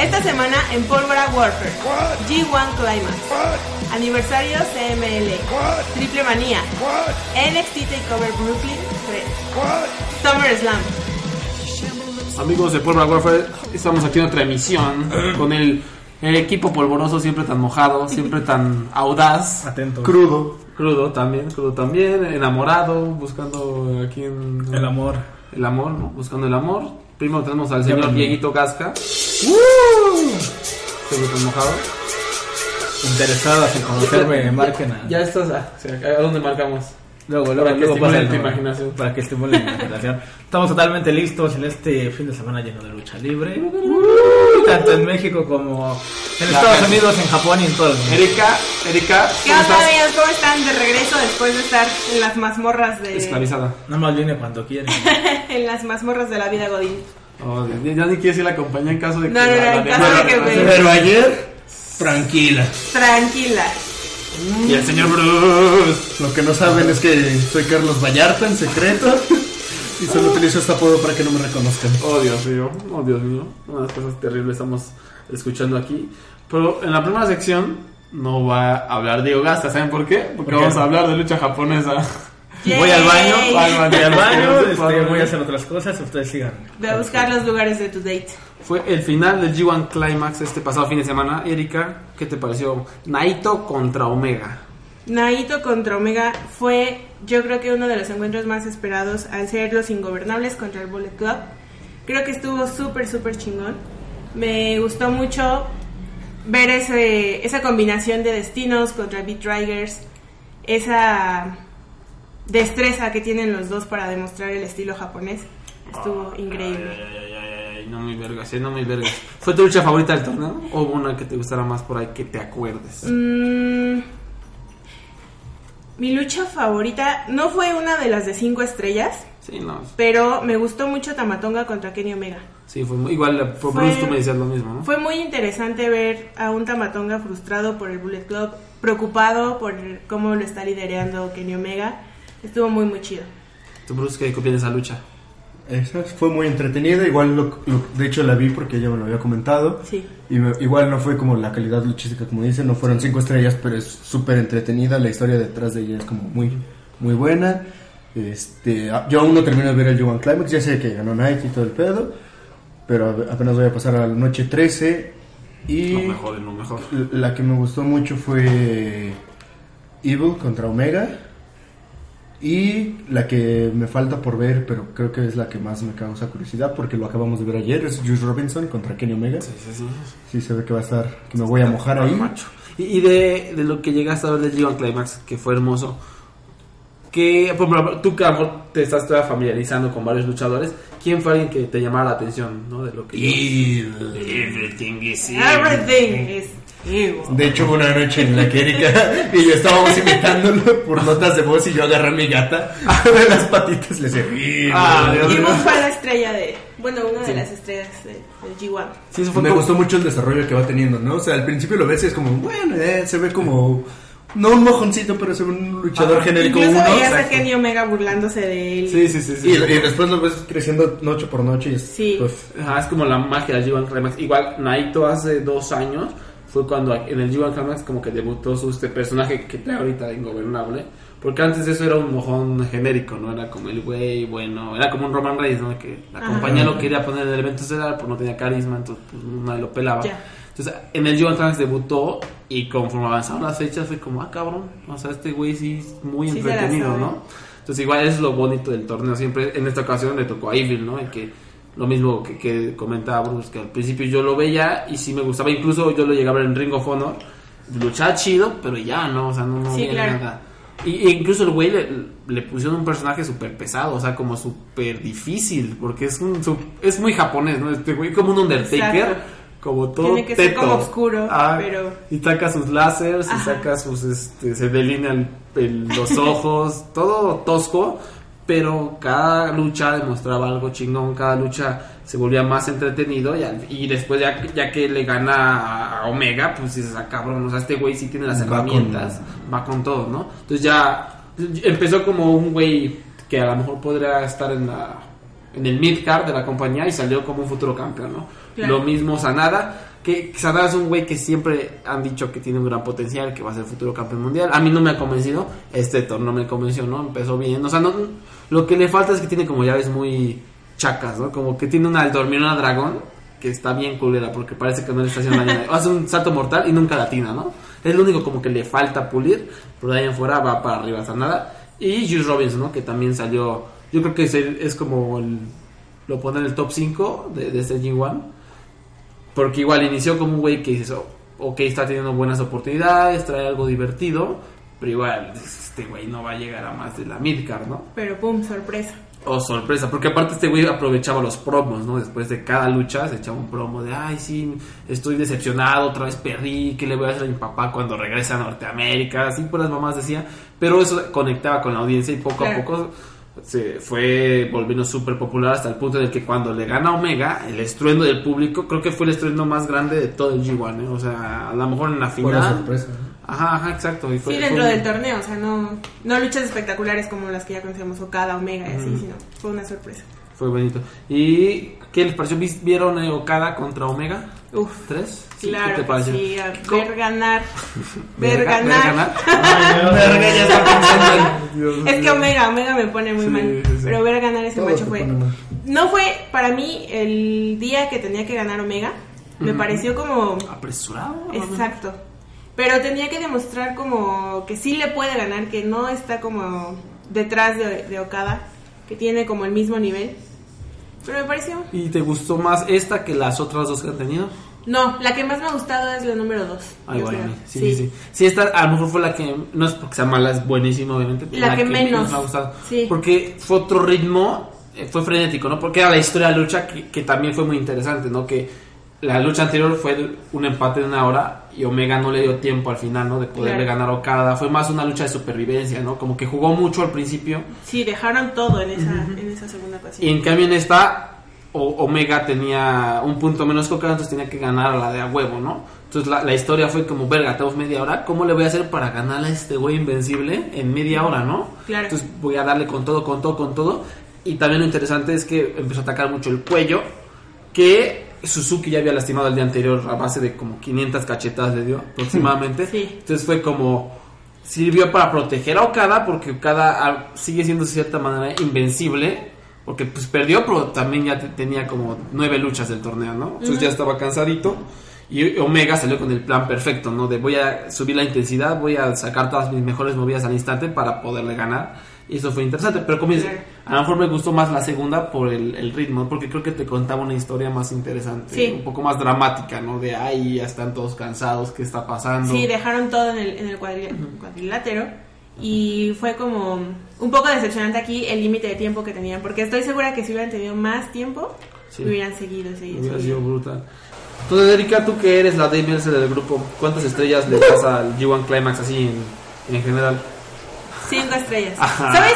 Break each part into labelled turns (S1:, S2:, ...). S1: Esta semana en Pólvora Warfare, G1 Climax, Aniversario CML, Triple Manía, NXT Takeover Brooklyn 3, SummerSlam.
S2: Amigos de Pólvora Warfare, estamos aquí en otra emisión con el, el equipo polvoroso siempre tan mojado, siempre tan audaz,
S3: Atento.
S2: crudo, crudo también, crudo también, enamorado, buscando aquí en
S3: El amor.
S2: el amor, ¿no? buscando el amor. Primero tenemos al señor
S3: aprendí.
S2: Dieguito Casca, siempre tan mojado.
S3: Interesadas en conocerme, marquen a.
S2: Ya estás, ah, sí, ¿a dónde marcamos?
S3: Luego,
S2: Para
S3: luego,
S2: que
S3: luego
S2: estimule
S3: pasen,
S2: tu
S3: ¿no?
S2: imaginación.
S3: Para que estimule mi imaginación. Estamos totalmente listos en este fin de semana lleno de lucha libre. Tanto en México como en
S2: La
S3: Estados
S2: verdad.
S3: Unidos, en Japón y en todo el mundo.
S2: Erika, Erika,
S1: ¿Qué
S2: ¿cómo
S1: onda
S2: estás?
S1: amigos? ¿Cómo están? De regreso después de estar en las mazmorras de...
S2: Esclavizada.
S3: Nada más viene cuando quiere.
S1: en las mazmorras de la vida Godín.
S2: Oh, ya, ya ni quieres ir a la compañía en caso de que
S1: No, no, no, en caso de que me-
S4: Pero ayer, tranquila.
S1: Tranquila.
S4: Y el señor Bruce. Lo que no saben es que soy Carlos Vallarta en secreto. Y solo utilizo este apodo para que no me reconozcan.
S2: Oh Dios mío, oh Dios mío, unas cosas terribles estamos escuchando aquí. Pero en la primera sección no va a hablar de Ogasta, ¿saben por qué? Porque
S3: qué?
S2: vamos a hablar de lucha japonesa.
S3: Voy al baño,
S1: Yay.
S2: voy al baño.
S3: Voy al baño, este,
S2: Padre.
S3: voy a hacer otras cosas, ustedes sigan.
S1: Voy a buscar los lugares de tu date.
S2: Fue el final del G1 Climax este pasado fin de semana. Erika, ¿qué te pareció? Naito contra Omega.
S1: Naito contra Omega fue, yo creo que uno de los encuentros más esperados al ser los Ingobernables contra el Bullet Club. Creo que estuvo súper, súper chingón. Me gustó mucho ver ese, esa combinación de destinos contra Beat Riders, esa destreza que tienen los dos para demostrar el estilo japonés.
S2: Ah,
S1: Estuvo increíble.
S2: Ay, ay, ay, No me vergas, eh, no me vergas. ¿Fue tu lucha favorita del torneo? ¿O hubo una que te gustara más por ahí que te acuerdes?
S1: Mm, mi lucha favorita no fue una de las de cinco estrellas.
S2: Sí, no.
S1: Pero me gustó mucho Tamatonga contra Kenny Omega.
S2: Sí, fue muy- igual. Por
S1: Fue-
S2: Bruce tú me decías lo mismo, ¿no?
S1: Fue muy interesante ver a un Tamatonga frustrado por el Bullet Club, preocupado por cómo lo está lidereando Kenny Omega. Estuvo muy, muy chido.
S2: Tú, Bruce, ¿qué copias de esa lucha?
S4: Esa fue muy entretenida. Igual, lo- lo- de hecho, la vi porque ya me lo había comentado.
S1: Sí.
S4: Y me- igual no fue como la calidad luchística, como dicen, no fueron cinco estrellas, pero es súper entretenida. La historia detrás de ella es como muy, muy buena. Este, a- yo aún no termino de ver el Juan Climax, ya sé que ganó Nike y todo el pedo, pero a- apenas voy a pasar a la noche 13. Y
S2: Lo mejor, lo mejor.
S4: l- la que me gustó mucho fue Evil contra Omega. Y la que me falta por ver, pero creo que es la que más me causa curiosidad porque lo acabamos de ver ayer, es Juice Robinson contra Kenny Omega.
S2: Sí, sí, sí.
S4: Sí, se ve que va a estar, que me voy a mojar ahí.
S2: Macho. Y, y de, de lo que llegaste a ver del G1 Climax, que fue hermoso. Que, por ejemplo, tú que a lo mejor te estás todavía familiarizando con varios luchadores, ¿quién fue alguien que te llamara la atención, no? De lo que Everything is
S1: Everything is evil.
S4: De hecho, hubo una noche en la que Erika y yo estábamos imitándolo por notas de voz y yo agarré a mi gata de las patitas le decía
S2: Ah, Dios.
S1: Y Moon fue la estrella de. Bueno, una de
S2: Sí.
S1: las estrellas de- del G1.
S2: Sí, eso fue
S4: Me
S2: como-
S4: gustó mucho el desarrollo que va teniendo, ¿no? O sea, al principio lo ves y es como, bueno, eh, se ve como, no un mojoncito, pero se ve un luchador
S2: Ajá.
S4: genérico
S1: Incluso
S4: uno.
S1: veías a
S4: Exacto.
S1: Kenny Omega burlándose de él.
S2: Sí, sí, sí. sí.
S4: Y, y después lo ves creciendo noche por noche y es,
S1: Sí.
S4: pues,
S2: Ajá, es como la magia del G1 Climax. Igual, Naito hace dos años fue cuando en el G1 Climax como que debutó su este personaje que trae ahorita de Ingobernable. Porque antes eso era un mojón genérico, ¿no? Era como el güey, bueno, era como un Roman Reigns, ¿no? Que la
S1: Ajá.
S2: compañía lo quería poner en el evento estelar, pues no tenía carisma, entonces pues, nadie lo pelaba.
S1: Ya.
S2: Entonces, en el G1 Climax debutó y conforme avanzaron las fechas fue como, ah, cabrón, o sea, este güey sí es muy
S1: Sí se la
S2: entretenido,
S1: sabe.
S2: ¿no? Entonces igual es lo bonito del torneo. Siempre en esta ocasión le tocó a Evil, ¿no? El que lo mismo que, que comentaba Bruce, que al principio yo lo veía y sí me gustaba. Incluso yo lo llegaba en Ring of Honor. Luchaba chido, pero ya, ¿no? O sea, no, no
S1: Sí,
S2: había
S1: claro.
S2: nada. Y, y e incluso el güey le, le pusieron un personaje súper pesado, o sea, como súper difícil, porque es un sup- es muy japonés, ¿no? Este güey como un Undertaker,
S1: Exacto.
S2: como todo
S1: Tiene que ser
S2: teto. Ah,
S1: como oscuro, pero-
S2: Y saca sus láseres, y
S1: Ajá.
S2: saca sus, este, se delinean los ojos, todo tosco, pero cada lucha demostraba algo chingón, cada lucha se volvía más entretenido y, al- y después ya, ya que le gana a- a Omega, pues dices, ah, cabrón, o sea, este güey sí tiene las
S4: Va con-
S2: herramientas, va con todo, ¿no? Entonces ya empezó como un güey que a lo mejor podría estar en la en el mid card de la compañía y salió como un futuro campeón, ¿no?
S1: Claro.
S2: Lo mismo Sanada, que Xandar es un güey que siempre han dicho que tiene un gran potencial, que va a ser futuro campeón mundial. A mí no me ha convencido, este torneo me convenció, ¿no? Empezó bien. O sea, no, lo que le falta es que tiene como llaves muy chacas, ¿no? Como que tiene una al dormir una dragón que está bien culera porque parece que no le está haciendo daño. a nadie. Hace un salto mortal y nunca la atina, ¿no? Es lo único como que le falta pulir, pero de ahí en fuera va para arriba hasta nada. Y Juice Robinson, ¿no? Que también salió, yo creo que es, el- es como el- lo pone en el top 5 de, de este G1. Porque igual inició como un güey que dices, "Oh, ok, está teniendo buenas oportunidades, trae algo divertido, pero igual este güey no va a llegar a más de la midcard, ¿no?
S1: Pero pum, sorpresa.
S2: Oh, sorpresa, porque aparte este güey aprovechaba los promos, ¿no? Después de cada lucha se echaba un promo de, ay, sí, estoy decepcionado, otra vez perdí, ¿qué le voy a hacer a mi papá cuando regrese a Norteamérica? Así puras mamás decía, pero eso conectaba con la audiencia y poco a
S1: Claro.
S2: poco se fue volviendo súper popular hasta el punto en el que cuando le gana Omega, el estruendo del público, creo que fue el estruendo más grande de todo el G1, ¿eh? O sea, a lo mejor en la
S4: Fue una
S2: final...
S4: sorpresa.
S2: Ajá, ajá, exacto. y fue-
S1: Sí,
S2: fue
S1: dentro
S2: un-
S1: del torneo, o sea, no, no luchas espectaculares como las que ya conocemos, Okada, Omega y así, sino fue una sorpresa.
S2: Fue bonito. ¿Y qué les pareció? ¿Vis- ¿Vieron a Okada contra Omega?
S1: Uf,
S2: ¿Tres? Sí,
S1: claro,
S2: ¿Qué te
S1: que
S2: pareció?
S1: sí, a ver
S2: ¿Cómo?
S1: ganar, ver,
S2: ¿Verga-
S1: ganar.
S2: ganar?
S3: Ay, Dios.
S2: Verga, ya está pensando en-
S1: Es que Omega, Omega me pone muy
S2: Sí,
S1: mal,
S2: sí, sí.
S1: pero ver ganar ese
S4: Todo
S1: macho
S4: te
S1: fue...
S4: pone mal.
S1: No fue para mí el día que tenía que ganar Omega, me
S2: Ujú. Ah,
S1: pareció como...
S2: ¿Apresurado?
S1: Exacto. Pero tenía que demostrar como que sí le puede ganar, que no está como detrás de, de Okada, que tiene como el mismo nivel. Pero me pareció.
S2: ¿Y te gustó más esta que las otras dos que han tenido?
S1: No, la que más me ha gustado es la número 2.
S2: Ah, igual a mí. Sí, sí, sí. Sí, esta a lo mejor fue la que, no es porque sea mala, es buenísima, obviamente. pero
S1: La que menos.
S2: me ha gustado.
S1: Sí.
S2: Porque fue otro ritmo, eh, fue frenético, ¿no? Porque era la historia de la lucha que, que también fue muy interesante, ¿no? Que la lucha anterior fue de un empate de una hora y Omega no le dio tiempo al final, ¿no? De poderle
S1: Claro.
S2: ganar a Okada. Fue más una lucha de supervivencia, ¿no? Como que jugó mucho al principio.
S1: Sí, dejaron todo en esa, en esa segunda ocasión.
S2: Y en cambio en esta, o- Omega tenía un punto menos que Okada, entonces tenía que ganar a la de a huevo, ¿no? Entonces la, la historia fue como, verga, tengo media hora, ¿cómo le voy a hacer para ganar a este güey invencible en media hora, no?
S1: Claro.
S2: Entonces voy a darle con todo, con todo, con todo. Y también lo interesante es que empezó a atacar mucho el cuello, que Suzuki ya había lastimado el día anterior a base de como 500 cachetadas le dio aproximadamente.
S1: Sí.
S2: Entonces fue como sirvió para proteger a Okada porque Okada ah, sigue siendo de cierta manera invencible porque pues perdió pero también ya te- tenía como nueve luchas del torneo, ¿no? Entonces ya estaba cansadito y Omega salió con el plan perfecto, ¿no? De voy a subir la intensidad, voy a sacar todas mis mejores movidas al instante para poderle ganar y eso fue interesante, pero como dices, a lo mejor me gustó más la segunda por el, el ritmo, porque creo que te contaba una historia más interesante,
S1: Sí.
S2: un poco más dramática, ¿no? De ay, ya están todos cansados, ¿qué está pasando?
S1: Sí, dejaron todo en el, en el cuadri- cuadrilátero. Y fue como un poco decepcionante aquí el límite de tiempo que tenían, porque estoy segura que si hubieran tenido más tiempo,
S2: Sí.
S1: hubieran seguido, seguido,
S2: Hubiera
S1: seguido.
S2: sido brutal. Entonces, Erika, tú que eres la Dame Mercer del grupo, ¿cuántas estrellas le das al G1 Climax así en, en general?
S1: Cinco estrellas.
S2: Ajá.
S1: ¿Sabes?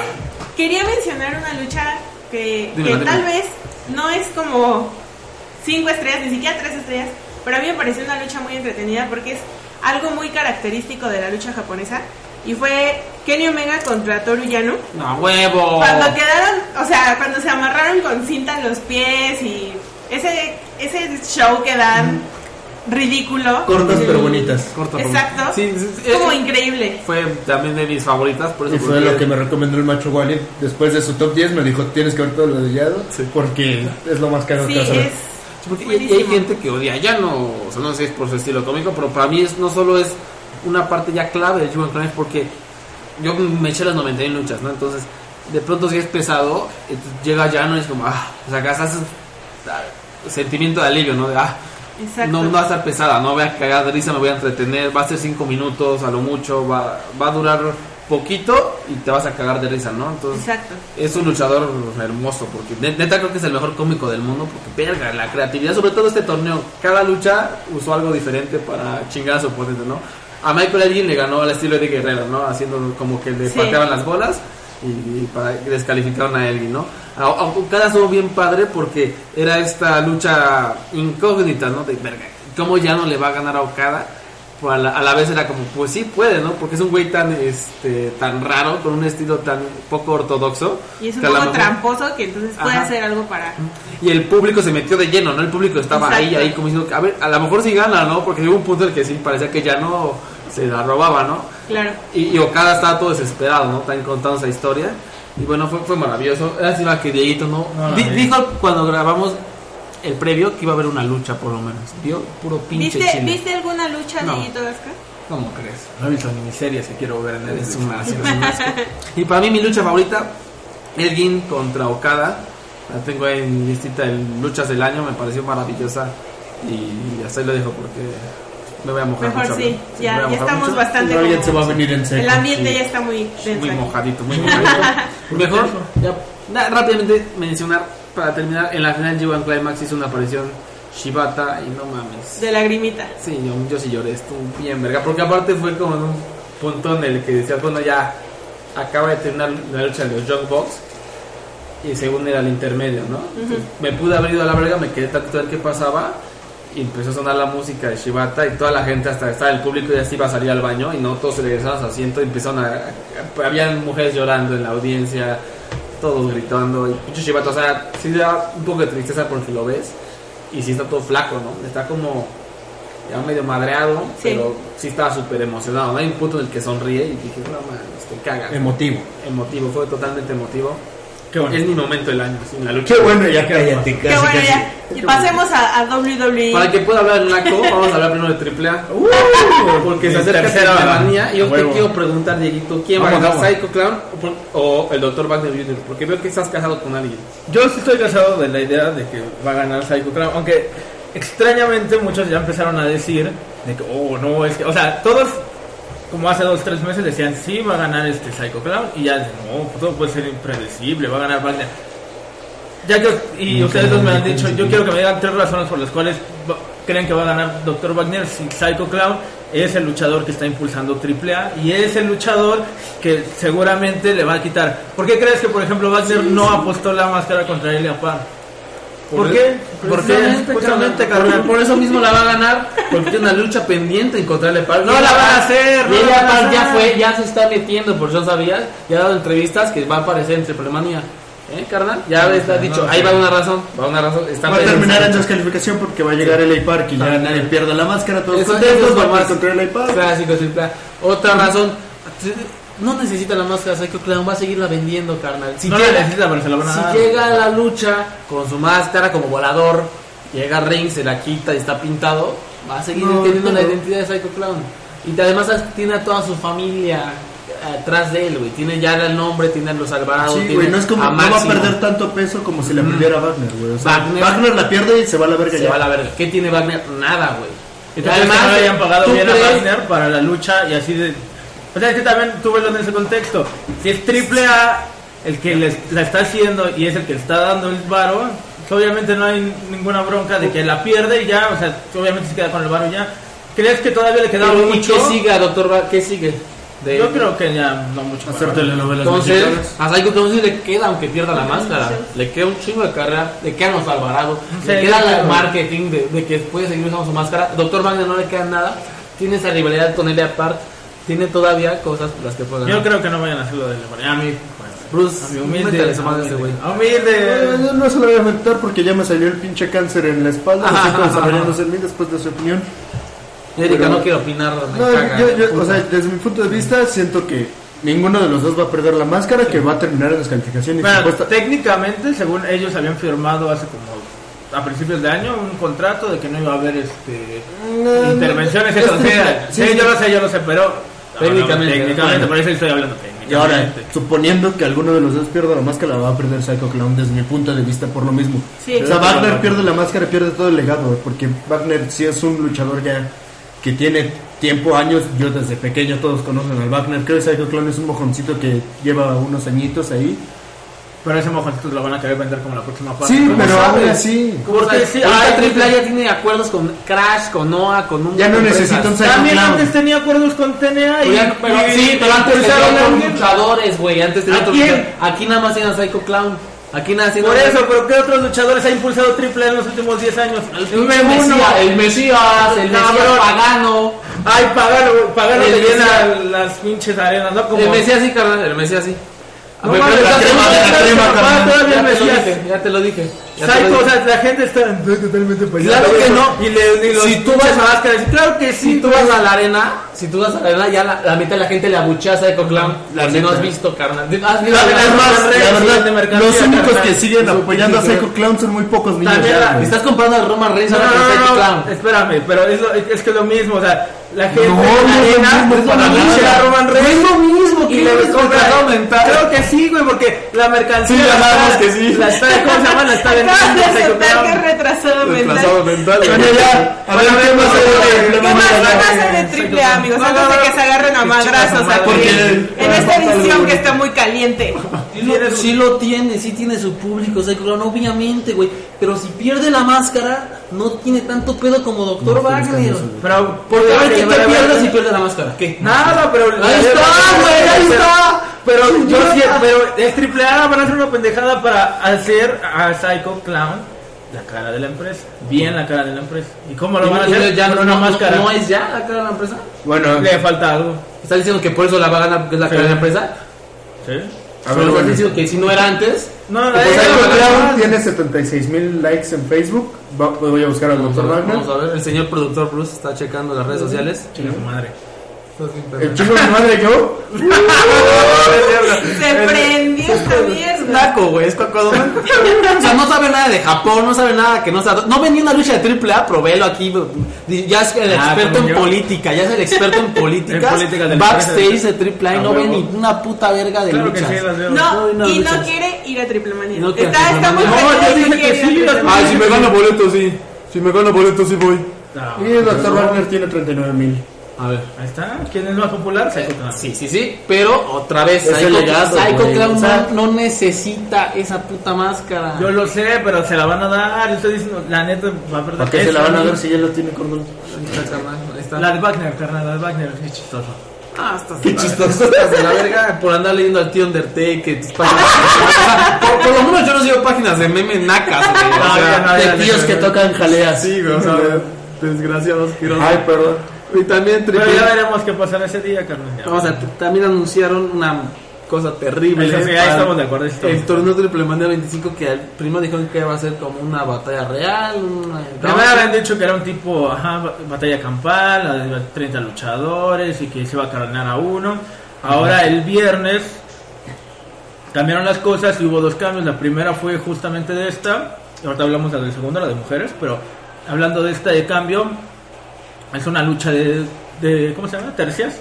S1: Quería mencionar una lucha que,
S2: Dímela,
S1: que
S2: dímela.
S1: tal vez no es como cinco estrellas, ni siquiera tres estrellas, pero a mí me pareció una lucha muy entretenida porque es algo muy característico de la lucha japonesa y fue Kenny Omega contra Toru Yano.
S2: ¡No, huevo!
S1: Cuando quedaron, o sea, cuando se amarraron con cinta en los pies y ese, ese show que dan ridículo.
S4: Cortas pero bonitas.
S2: Corta, por-
S1: Exacto.
S2: Sí, sí, sí,
S1: Es como
S2: eh,
S1: increíble.
S2: Fue también de mis favoritas, por eso.
S4: Y fue
S2: porque-
S4: lo que me recomendó el macho Wally. Después de su top 10 me dijo, tienes que ver todo lo de Yado.
S2: Sí.
S4: Porque es lo más caro
S1: Sí,
S4: que vas a ver.
S1: es.
S2: Sí, porque y- y hay
S1: buenísimo.
S2: gente que odia ya no, o sea, no sé si es por su estilo cómico, pero para mí es, no solo es una parte ya clave del G1 Climax, porque yo me eché las 91 luchas, ¿no? Entonces, de pronto si es pesado, entonces llega ya no es como, ah, o sea, acá haces ah, sentimiento de alivio, ¿no? De, ah,
S1: Exacto.
S2: no, no va a estar pesada, no voy a cagar de risa, me voy a entretener, va a ser 5 minutos a lo mucho, va, va a durar poquito y te vas a cagar de risa, ¿no? Entonces,
S1: Exacto.
S2: es un luchador hermoso, porque ne- neta creo que es el mejor cómico del mundo, porque verga, la creatividad, sobre todo este torneo, cada lucha usó algo diferente para chingar a su oponente, ¿no? A Michael Elgin le ganó al estilo de Guerrero, ¿no? Haciendo como que le
S1: Sí.
S2: pateaban las bolas y, y para, y descalificaron a Elgin, ¿no? A, a Okada estuvo bien padre porque era esta lucha incógnita, ¿no? De verga, ¿cómo ya no le va a ganar a Okada? Pero a, la, a la vez era como, pues sí puede, ¿no? Porque es un güey tan, este, tan raro, con un estilo tan poco ortodoxo.
S1: Y es un
S2: que a la
S1: poco
S2: mejor-
S1: tramposo que entonces puede
S2: Ajá.
S1: hacer algo para...
S2: Y el público se metió de lleno, ¿no? El público estaba ahí,
S1: Exacto.
S2: ahí como diciendo, a ver, a lo mejor sí gana, ¿no? Porque llegó un punto en el que sí parecía que ya no se la robaba, ¿no?
S1: Claro.
S2: Y, y Okada estaba todo desesperado, ¿no? Están contando esa historia. Y bueno, fue, fue maravilloso. Lástima que Dieguito no.
S3: No, no,
S2: Di-
S3: no.
S2: dijo cuando grabamos el previo que iba a haber una lucha, por lo menos. Vio puro pinche
S1: ¿Viste,
S2: chile.
S1: ¿Viste alguna lucha
S2: No.
S1: de Hito Gasca?
S2: ¿Cómo crees?
S3: No he visto miniseries que quiero ver en
S2: Es
S3: Netflix.
S2: un asco, es un asco. Y para mí, mi lucha favorita, Elgin contra Okada. La tengo ahí en mi listita de luchas del año, me pareció maravillosa. Y, hasta ahí lo dejo porque me voy a mojar
S1: Mejor
S2: mucho.
S1: sí,
S2: me
S1: ya,
S2: voy
S1: ya
S2: a mojar
S1: estamos
S2: mucho.
S1: bastante...
S4: El ambiente
S1: como-
S4: se va a venir en seco,
S1: El ambiente
S4: sí.
S1: ya está muy denso
S2: Muy
S1: aquí.
S2: mojadito, muy mojadito. Mejor, ya, na- rápidamente mencionar, para terminar, en la final G1 Climax hizo una aparición Shibata y no mames.
S1: De lagrimita.
S2: Sí, yo, yo sí lloré, estuvo bien verga, porque aparte fue como en un punto en el que decías, bueno, ya acaba de terminar la lucha de los Young Bucks y según era el intermedio, ¿no? Entonces, Me pude haber ido a la verga, me quedé tanto a ver qué pasaba y empezó a sonar la música de Shibata y toda la gente, hasta estaba el público ya se iba a salir al baño y no todos se regresaron a su asiento y empezaron a, a- habían mujeres llorando en la audiencia, todos gritando y pinche Shibata, o sea, sí da un poco de tristeza porque lo ves y sí está todo flaco, ¿no? Está como ya medio madreado,
S1: Sí.
S2: pero sí estaba súper emocionado. ¿no? Hay un punto en el que sonríe y dije, no mames, te cagas.
S4: Emotivo.
S2: emotivo, fue totalmente emotivo.
S3: Qué bueno.
S2: Es mi momento del año, sin la lucha.
S4: Qué bueno, ya cállate, casi,
S1: Qué bueno,
S4: casi.
S1: ya. Y pasemos a, E. a WWE.
S2: Para que pueda hablar el Naco, vamos a hablar primero de AAA. Porque se
S3: Mi
S2: acerca
S3: tercera
S2: la manía. Y yo te
S3: huevo.
S2: quiero preguntar, Dieguito, ¿quién va a
S3: Vamos,
S2: ganar
S3: vamos.
S2: Psycho Clown o por- o, el Dr. Wagner Jr.? Porque veo que estás casado con alguien.
S3: Yo sí estoy cansado de la idea de que va a ganar Psycho Clown, aunque extrañamente muchos ya empezaron a decir de que, oh, no, es que, o sea, todos como hace dos, tres meses decían, sí, va a ganar este Psycho Clown, y ya, no, todo puede ser impredecible, va a ganar Wagner. Ya que, y ustedes dos me han dicho, yo quiero que me digan tres razones por las cuales va- creen que va a ganar Dr. Wagner si Psycho Clown es el luchador que está impulsando AAA y es el luchador que seguramente le va a quitar. ¿Por qué crees que, por ejemplo, Wagner no apostó la máscara contra Elia Parr? ¿Por, qué? ¿Por qué?
S2: Precisamente,
S3: Justamente,
S2: carnal.
S3: carnal.
S2: Por, por eso mismo la va a ganar, porque tiene una lucha pendiente encontrarle par.
S3: No la van a hacer, no
S2: Y
S3: la
S2: ella
S3: van a
S2: par ya
S3: hacer.
S2: fue, ya se está metiendo, por yo sabía, ya ha dado entrevistas que va a aparecer entre Problemania. ¿Eh, carnal? Ya está
S3: no,
S2: dicho,
S3: no,
S2: ahí
S3: no.
S2: va una razón, va una razón. Está
S4: Va a
S2: pendiente.
S4: terminar en descalificación porque va a llegar el Park y ya nadie pierda la máscara, todos
S2: Eso- eso es
S4: contentos,
S2: lo
S4: va a
S2: más
S4: encontrar el Park.
S2: Clásico, sí, claro. Otra razón, no necesita la máscara Psycho Clown, va a seguirla vendiendo, carnal. Si
S3: no la
S2: llega-
S3: necesita, pero se la van a dar.
S2: Si llega a la lucha con su máscara como volador, llega al ring, se la quita y está pintado, va a seguir
S4: No,
S2: teniendo
S4: no.
S2: la identidad de Psycho Clown. Y además tiene a toda su familia eh, atrás de él, güey. Tiene ya el nombre, tiene a los Alvarado,
S4: Sí,
S2: tiene
S4: güey, no es como,
S2: Ah, a
S4: no va a
S2: Máximo.
S4: perder tanto peso como si la perdiera Wagner, güey. O sea,
S2: Wagner-
S4: Wagner, la pierde y se va a la verga
S2: Se
S4: ya.
S2: va a la verga. ¿Qué tiene Wagner? Nada, güey.
S3: Entonces,
S2: Además,
S3: que no le hayan pagado
S2: ¿tú
S3: bien a
S2: crees-
S3: Wagner para la lucha y así de. O sea, es que también tú veslo en ese contexto. Si es triple A el que les- la está haciendo y es el que está dando el varo, pues obviamente no hay ninguna bronca de que la pierde y ya, o sea, obviamente se queda con el varo y ya. ¿Crees que todavía le queda
S2: Pero, ¿Y
S3: mucho?
S2: qué sigue, doctor? Ba- ¿Qué sigue? De-
S3: Yo creo que ya no mucho. más.
S4: Hacer telenovelas
S2: Entonces,
S4: mexicanas.
S2: a Psycho Clown sí le queda, aunque pierda la máscara, le queda un chingo de carrera, le quedan los Alvarado, le
S3: Sí,
S2: queda
S3: claro.
S2: el marketing de, de que puede seguir usando su máscara. Doctor Wagner no le queda nada, tiene esa rivalidad con él aparte, tiene todavía cosas las que pueden
S3: Yo creo que no vayan a hacerlo de la A mí, pues, a
S2: Bruce,
S3: mí
S2: métele
S3: humilde.
S2: su madre a ese güey.
S3: humilde. humilde.
S4: Bueno, Eh, No se lo voy a inventar porque ya me salió el pinche cáncer en la espalda,
S2: Ajá,
S4: así como
S2: ajá,
S4: desarrollándose en mí después de su opinión.
S2: Yo digo que
S4: Pero-
S2: no quiero opinar, me
S4: No,
S2: caga,
S4: yo, yo-
S2: puta.
S4: o sea, desde mi punto de vista, siento que ninguno de los dos va a perder la máscara, que va a terminar en descalificación y
S3: Bueno,
S4: supuesta-
S3: técnicamente, según ellos habían firmado hace como a principios de año un contrato de que no iba a haber este
S4: No,
S3: intervenciones
S4: no,
S3: eso,
S4: Mm, es
S3: o sea,
S4: triple,
S3: sí,
S4: sí,
S3: yo
S4: sí.
S3: lo sé, yo lo sé, pero no,
S2: Técnicamente,
S3: no, técnicamente,
S2: bueno.
S3: por eso estoy hablando
S4: Y ahora,
S3: técnicamente.
S4: suponiendo que alguno de los dos pierda la máscara, la va a perder Psycho Clown desde mi punto de vista por lo mismo.
S1: Sí.
S4: O sea, Wagner pierde la máscara, pierde todo el legado, porque Wagner sí es un luchador ya que tiene tiempo, años. Yo desde pequeño todos conocen al Wagner. Creo que Psycho Clown es un mojoncito que lleva unos añitos ahí.
S3: Pero ese mojoncito lo van a querer vender como la próxima parte.
S4: Sí,
S3: ¿Cómo
S4: pero
S3: sabes?
S4: aún así.
S2: ¿Cómo
S3: porque
S2: sabes?
S3: sí, pues,
S2: Ahorita
S3: hay-
S2: Triple A ya tiene acuerdos con Crash, con Noah, con un
S4: Ya no necesita
S2: necesitan
S4: un Psycho
S3: También
S4: Clown.
S3: antes tenía acuerdos con TNA y,
S2: Oigan, Pues pero,
S3: y-
S2: sí, pero antes
S3: impulsaron
S2: tenía
S3: a
S2: otros
S3: alguien.
S2: luchadores, güey. Antes tenía
S3: ¿A
S2: otro
S3: quién?
S2: luchador. Aquí nada más era Psycho Clown.
S5: Aquí nace
S3: Por eso, pero ¿qué otros luchadores ha impulsado Triple A en los últimos 10 años?
S5: el Mesías, el Mesías, el Mesías
S3: Cabrón.
S5: pagano.
S3: Ay, Pagano, Pagano
S5: El
S3: le llena
S5: Mesías.
S3: las pinches arenas, ¿no? Como...
S5: El Mesías sí, carnal, el Mesías sí.
S3: No
S5: Güey,
S3: mames,
S5: pero
S3: la
S5: ya te
S3: crema
S5: lo-
S3: de la
S5: ya te
S3: crema,
S5: lo dije,
S3: carnal.
S5: ya
S3: Todavía
S5: te lo
S3: Mesías.
S5: dije, Ya te lo dije. ya te
S3: Psycho,
S5: lo
S3: o
S5: dije.
S3: sea, la gente está totalmente pues, para allá.
S5: Claro que no.
S3: Y, le, y los
S5: Si tú
S3: pinches
S5: vas a-
S3: máscaras, claro que sí.
S5: Si tú
S3: güey.
S5: vas a la arena, si tú vas a la arena, ya la, la mitad de la gente le abuchea a Psycho Clown. La que no has visto, carnal. Has visto
S3: La
S5: la
S3: verdad,
S5: arena?
S3: más redes
S4: La
S3: de
S4: verdad,
S3: mercancía,
S4: los únicos
S3: carnal.
S4: que siguen
S5: Eso,
S4: apoyando a
S5: sí,
S4: Psycho Clown son muy pocos niños.
S3: También la-
S4: güey.
S5: Estás comprando a Roman Reigns
S3: No,
S5: ahora
S3: no,
S5: con Psycho
S3: no, no,
S5: Clown.
S3: espérame, pero es, lo- es- es que es lo mismo, o sea, la gente
S4: No,
S3: en
S4: no
S3: la
S4: es lo
S3: arena
S4: mismo,
S3: pues,
S4: para
S3: para pinche
S4: nada.
S3: a Roman Reigns.
S5: lo mismo
S3: Y le compra Creo que sí, güey, porque la mercancía.
S5: Sí,
S3: la
S5: sabemos
S3: está-
S5: que sí.
S3: La está, ¿Cómo se llama? La está vendiendo.
S1: Acabas de
S3: Psycho
S1: aceptar que
S3: Clown.
S1: es retrasado mental.
S5: mental.
S4: Bueno, ya, a ver,
S3: Bueno,
S4: ¿qué
S3: no,
S4: más
S3: no,
S4: hay de-
S1: ¿Qué más
S4: de- de-
S1: van a hacer de triple A, amigos?
S3: No,
S1: Antes
S3: no,
S1: de que
S3: no.
S1: se agarren a madrazos
S3: Porque-
S1: aquí. En esta edición
S4: Porque-
S1: que está muy caliente.
S5: Sí lo, sí lo tiene, sí tiene su público, Psycho Clown, obviamente, güey. Pero si pierde la máscara, no tiene tanto pedo como Doctor Wagner.
S3: Pero,
S5: Porque a ver
S3: qué
S5: quién te pierde si pierde la máscara. ¿Qué?
S3: Nada, pero.
S5: Ahí está, güey, ahí está.
S3: Pero, yo sí- pero es triple A, van a hacer una pendejada para hacer a Psycho Clown la cara de la empresa. Bien la cara de la empresa. ¿Y cómo lo van a
S5: Y- y
S3: hacer?
S5: ya
S3: Con
S5: no,
S3: una
S5: no-
S3: máscara.
S5: no es ya la cara de la empresa.
S4: Bueno,
S3: Le falta algo.
S5: ¿Estás diciendo que por eso la va a ganar porque es la
S3: Sí.
S5: cara de la empresa?
S3: ¿Sí?
S4: a
S5: Pero
S4: ver,
S5: estás
S4: bueno.
S5: diciendo que si no era antes.
S3: No, no,
S5: que
S4: Pues
S5: por
S3: eh,
S5: eso
S4: Psycho
S5: la va a ganar.
S4: Clown tiene 76 mil likes en Facebook. Va- voy a buscar al
S5: Vamos a
S4: doctor
S5: ver,
S4: Wagner.
S5: Vamos a ver, el señor productor Bruce está checando las redes sociales.
S3: Chinga su madre.
S4: El chico de madre yo.
S1: Se prendió esta mierda.
S5: Naco, güey, es cuacuadomán. o sea, no sabe nada de Japón, no sabe nada que no sabe. No venía una lucha de triple A, probelo aquí. di- Ya es el
S3: Ah,
S5: experto
S3: como
S5: en
S3: yo.
S5: política, ya es el experto en políticas.
S3: En políticas de
S5: backstage
S3: empresas.
S5: de triple A y
S3: A
S5: no ve
S3: Ah, huevo.
S5: ni una puta verga de
S3: Claro que
S5: luchas.
S3: sí, las veo.
S5: No, no,
S1: No, y no
S5: muchas.
S1: quiere ir a Triple Manía.
S5: No quiere
S1: Está,
S5: Triple
S1: está muy
S5: Manía.
S3: No,
S1: caliente,
S3: yo dije
S1: quiere
S3: que
S1: ir a
S3: sí,
S1: Triple
S3: las-
S1: Manía.
S3: Ay, si me gano
S5: boleto, sí. Si me gano boleto, sí voy.
S3: No.
S4: Y el doctor Wagner tiene 39 mil.
S5: A ver.
S3: Ahí está. ¿Quién es más popular? Psycho Clown.
S5: Sí, sí, sí, pero otra vez,
S4: Es
S5: Psycho,
S4: el legado,
S5: Psycho
S4: güey.
S5: Clown
S4: O sea-
S5: no, no necesita esa puta máscara.
S3: Yo lo sé, pero se la van a dar. Estoy diciendo, la neta va a perder.
S4: ¿Para qué se
S3: peso.
S4: la van a ver si ya lo tiene Cordón?
S3: La de Wagner, carnal, la de Wagner. Qué chistoso.
S5: Ah, estás Qué chistoso estás de la verga por andar leyendo al tío Undertaker. tus páginas. O sea, por, por lo menos yo no sigo páginas de memes nacas, güey. O
S3: Ah,
S5: sea,
S3: ya, ya, ya, ya, ya.
S5: tocan jaleas.
S4: Sí,
S5: Sí,
S4: güey,
S5: güey,
S4: o sea,
S5: desgraciados,
S4: Ay, perdón.
S5: Y también
S3: Pero ya
S5: triple.
S3: veremos qué pasa en ese día, carnal.
S5: Vamos a ver, también anunciaron una cosa terrible.
S3: Eso sí, ahí
S5: Para
S3: estamos de acuerdo, ahí estamos.
S5: El
S4: Este,
S5: torneo Triple Manía 25 que al primo dijeron que iba a ser como una batalla real. Una...
S3: Primero habían dicho que era un tipo, ajá, ba- batalla campal, la de 30 luchadores y que se iba a coronar a uno. Ahora el viernes cambiaron las cosas y hubo dos cambios. La primera fue justamente de esta, y ahorita hablamos de la segunda, la de mujeres, pero hablando de esta de cambio, es una lucha de, de ¿cómo se llama? Tercias.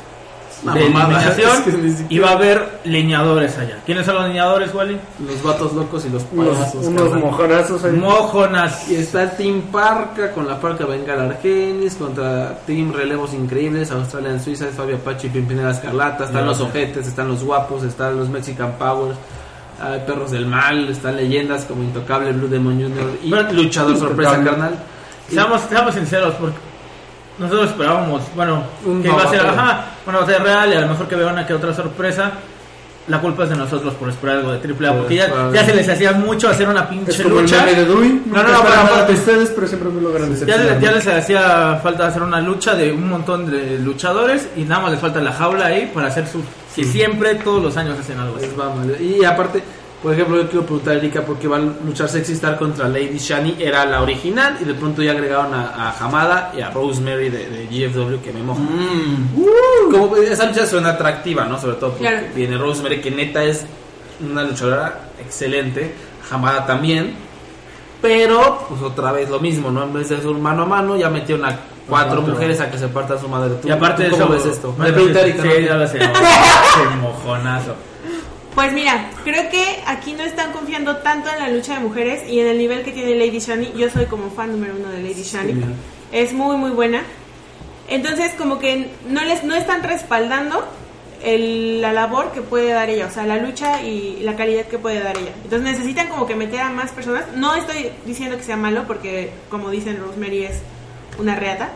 S5: Una
S3: de
S5: mamada,
S3: eliminación
S5: es que ni
S3: y va a haber leñadores allá. ¿Quiénes son los leñadores, Wally?
S5: Los vatos locos y los
S4: Unos,
S5: payasos.
S4: unos
S5: carnal.
S4: mojonazos ahí.
S3: Mojonas.
S5: Y está Team Parca con la Parca Bengal Argenis contra Team Relevos Increíbles, Australia en Suiza, Fabio Apache y Pimpinera Escarlata. Están
S3: Ya,
S5: los
S3: ya.
S5: ojetes, están los guapos, están los Mexican Powers, ah, Perros del Mal, están leyendas como Intocable, Blue Demon Jr. y
S3: Pero-
S5: Luchador Sorpresa
S4: Intocable.
S5: Carnal. Y-
S3: Seamos, seamos sinceros, porque nosotros esperábamos, bueno,
S5: Un
S3: que iba a ser,
S5: babacero.
S3: ajá, una batalla real y a lo mejor que vea una que otra sorpresa. La culpa es de nosotros por esperar algo de triple A,
S5: Por
S3: porque ya,
S5: esperar.
S3: ya se les hacía mucho hacer una
S4: Es
S3: pinche
S4: como el
S3: lucha.
S4: meme de Dewey.
S3: No, no, no,
S4: Nunca
S3: pero
S4: espero nada
S3: aparte-
S4: de este ustedes, pero siempre me logran
S3: Ya,
S4: decepcionar.
S3: le- ya les hacía falta hacer una lucha de un montón de luchadores y nada más les falta la jaula ahí para hacer su. Que siempre, todos los años hacen algo así.
S5: Pues vamos. Y aparte, por ejemplo, yo quiero preguntar a Erika por qué va a luchar Sexy Star contra Lady Shani. Era la original y de pronto ya agregaron a, a Hamada y a Rosemary de, de GFW que me moja. Como, pues, esa lucha suena atractiva, ¿no? Sobre todo porque
S1: Claro.
S5: viene Rosemary, que neta es una luchadora excelente. Hamada también. Pero, pues otra vez lo mismo, ¿no? En vez de ser un mano a mano, ya metieron a cuatro
S3: Cuatro.
S5: mujeres a que se parta su madre. ¿Tú-
S3: Y aparte de
S5: tú ¿cómo
S3: eso.
S5: ves esto?
S3: bueno,
S5: Le pregunté a Erika,
S3: sí,
S5: ¿no?
S3: ya lo sé. Qué mojonazo.
S1: Pues mira, creo que aquí no están confiando tanto en la lucha de mujeres y en el nivel que tiene Lady Shani. Yo soy como fan número uno de Lady Shani.
S5: genial.
S1: Es muy, muy buena. Entonces, como que no les no están respaldando el- la labor que puede dar ella, o sea, la lucha y la calidad que puede dar ella. Entonces necesitan como que meter a más personas. No estoy diciendo que sea malo porque, como dicen, Rosemary es una reata.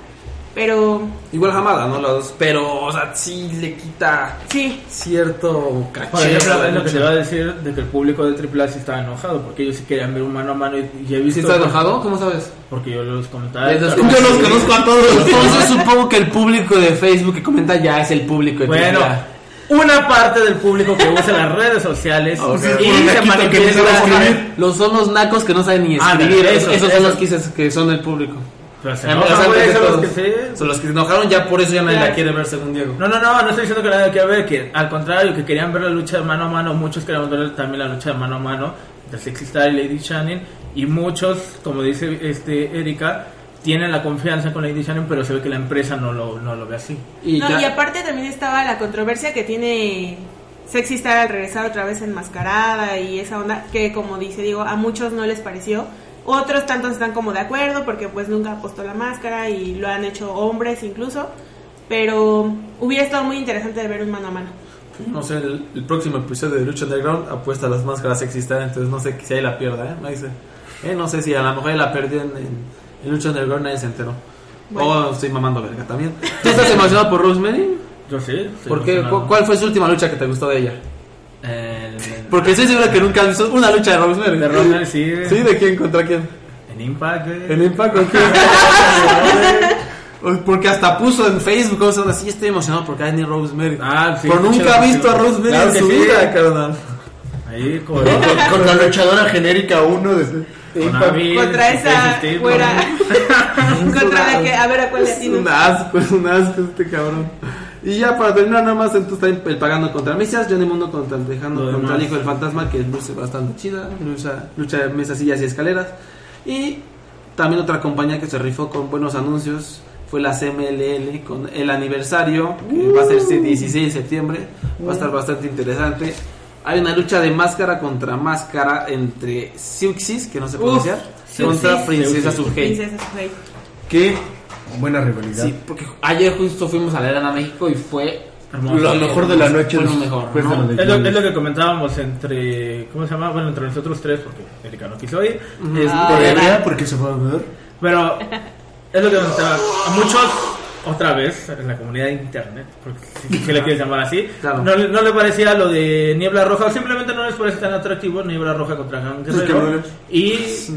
S1: Pero
S5: Igual Hamada, ¿no? Los dos. Pero, o sea, sí le quita
S1: sí,
S5: cierto
S3: Por
S5: caché.
S3: ejemplo,
S5: a la
S3: es lo que te
S5: lucha.
S3: va a decir de que el público de AAA sí estaba enojado, porque ellos sí querían ver un mano a mano y, y he
S5: ¿Sí
S3: visto...
S5: está enojado? ¿Cómo sabes?
S3: Porque yo los comentaba.
S5: Yo los
S3: Pero-
S5: conozco a todos. Entonces supongo que el público de Facebook que comenta ya es el público de
S3: Bueno,
S5: AAA.
S3: una parte del público que usa las redes sociales y
S5: Ok. Los
S3: se
S5: naquitos que
S3: manifiesta.
S5: no saben escribir. Los son los nacos que no saben ni
S3: Ah,
S5: escribir.
S3: eso,
S5: esos esos
S3: eso.
S5: son los que, dices que son el público.
S3: Pero se
S5: Además,
S3: enoja,
S5: antes
S3: güey,
S5: de
S3: son los
S5: todos.
S3: que sí.
S5: Son los que se enojaron, ya por eso ya nadie
S3: Claro.
S5: la quiere ver, según Diego.
S3: No, no, no, no estoy diciendo que nadie quiera ver, que al contrario, que querían ver la lucha de mano a mano, muchos querían ver también la lucha de mano a mano de Sexy Star y Lady Shannon, y muchos, como dice este Erika, tienen la confianza con Lady Shannon, pero se ve que la empresa no lo, no lo ve así.
S5: Y
S1: no,
S5: ya-
S1: y aparte también estaba la controversia que tiene Sexy Star al regresar otra vez enmascarada y esa onda que como dice Diego, a muchos no les pareció. Otros tantos están como de acuerdo porque pues nunca apostó la máscara y lo han hecho hombres incluso. Pero hubiera estado muy interesante de ver un mano a mano.
S5: No sé, el, el próximo episodio de Lucha Underground apuesta a las máscaras existentes, entonces no sé si ahí la pierda, ¿eh? No, dice, eh, no sé si a lo mejor ahí la perdió en, en- en Lucha Underground, nadie se enteró.
S1: Bueno.
S5: O estoy mamando verga también. ¿Tú estás emocionado por Rosemary?
S3: Yo sí. estoy
S5: ¿Por qué?
S3: emocionado.
S5: ¿Cu- ¿Cuál fue su última lucha que te gustó de ella?
S3: Eh,
S5: Porque estoy seguro que nunca has visto una lucha de Rosemary.
S3: de Ronald, sí.
S5: ¿Sí? ¿De quién contra quién?
S3: En Impact, eh. güey.
S5: ¿El Impact o qué? O- Porque hasta puso en Facebook cosas así, estoy emocionado por Kanye Rosemary.
S3: Ah, sí,
S5: Pero nunca ha
S3: sí,
S5: visto a
S3: sí.
S5: Rosemary
S4: Ah,
S3: Claro
S5: en
S3: que
S5: su
S3: sí.
S5: vida, carnal.
S3: Ahí, con,
S4: Con, con la luchadora genérica 1 desde...
S3: con Abby,
S1: Contra esa
S3: Steve,
S1: fuera.
S3: con-
S1: Contra la que, a ver a cuál le
S5: Es un
S1: atino.
S5: asco, es un asco este cabrón. Y ya para terminar nada más, entonces está el pagando contra Mesías, Johnny Mundo contra el Tejano,
S3: Lo
S5: contra el
S3: demás.
S5: hijo del fantasma, que luce bastante chida, lucha, lucha de mesas, sillas y escaleras. Y también otra compañía que se rifó con buenos anuncios fue la CMLL con el aniversario, que va a ser
S1: Uh.
S5: el 16 de septiembre, va a estar bastante interesante. Hay una lucha de máscara contra máscara entre Siuxis, que no sé
S1: Uf,
S5: pronunciar, contra
S1: Siuxis.
S5: Princesa
S3: Siuxis.
S5: Surgei.
S1: Princesa Sujei.
S4: Qué buena rivalidad.
S5: Sí, porque ayer justo fuimos a la Arena México y fue
S3: Hermoso.
S4: Lo mejor de la noche.
S5: Fue lo mejor.
S4: Fue
S5: ¿no?
S4: lo de-
S3: Es lo, es lo que comentábamos entre. ¿Cómo se llama? Bueno, entre nosotros tres, porque Erika no quiso ir. Es-
S1: Ah.
S4: Debería porque se va a ver.
S3: pero es lo que comentaba. A muchos, otra vez, en la comunidad de internet, porque si, si le quieres llamar así,
S5: Claro.
S3: no, le- no le parecía lo de Niebla Roja, o simplemente no les parece tan atractivo Niebla Roja contra Gran
S4: no
S3: Guerrero.
S4: les-
S3: Y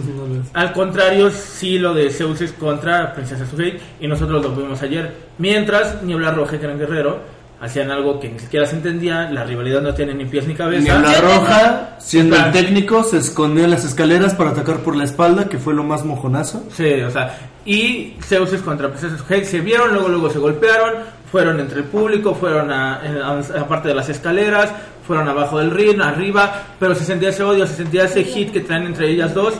S3: Al contrario, sí lo de Zeus es contra Princesa Sujei y nosotros lo vimos ayer. Mientras Niebla Roja y Gran Guerrero hacían algo que ni siquiera se entendía, la rivalidad no tiene ni pies ni cabeza.
S4: Niebla
S1: tengo-
S4: Roja, siendo
S3: Claro.
S4: el técnico, se escondió en las escaleras para atacar por la espalda, que fue lo más mojonazo.
S3: Sí, o sea, y Zeus es contra Princesa Sujei se vieron, luego luego se golpearon, fueron entre el público, fueron a, a- a parte de las escaleras, fueron abajo del ring, arriba, pero se sentía ese odio, se sentía ese hit que traen entre ellas dos,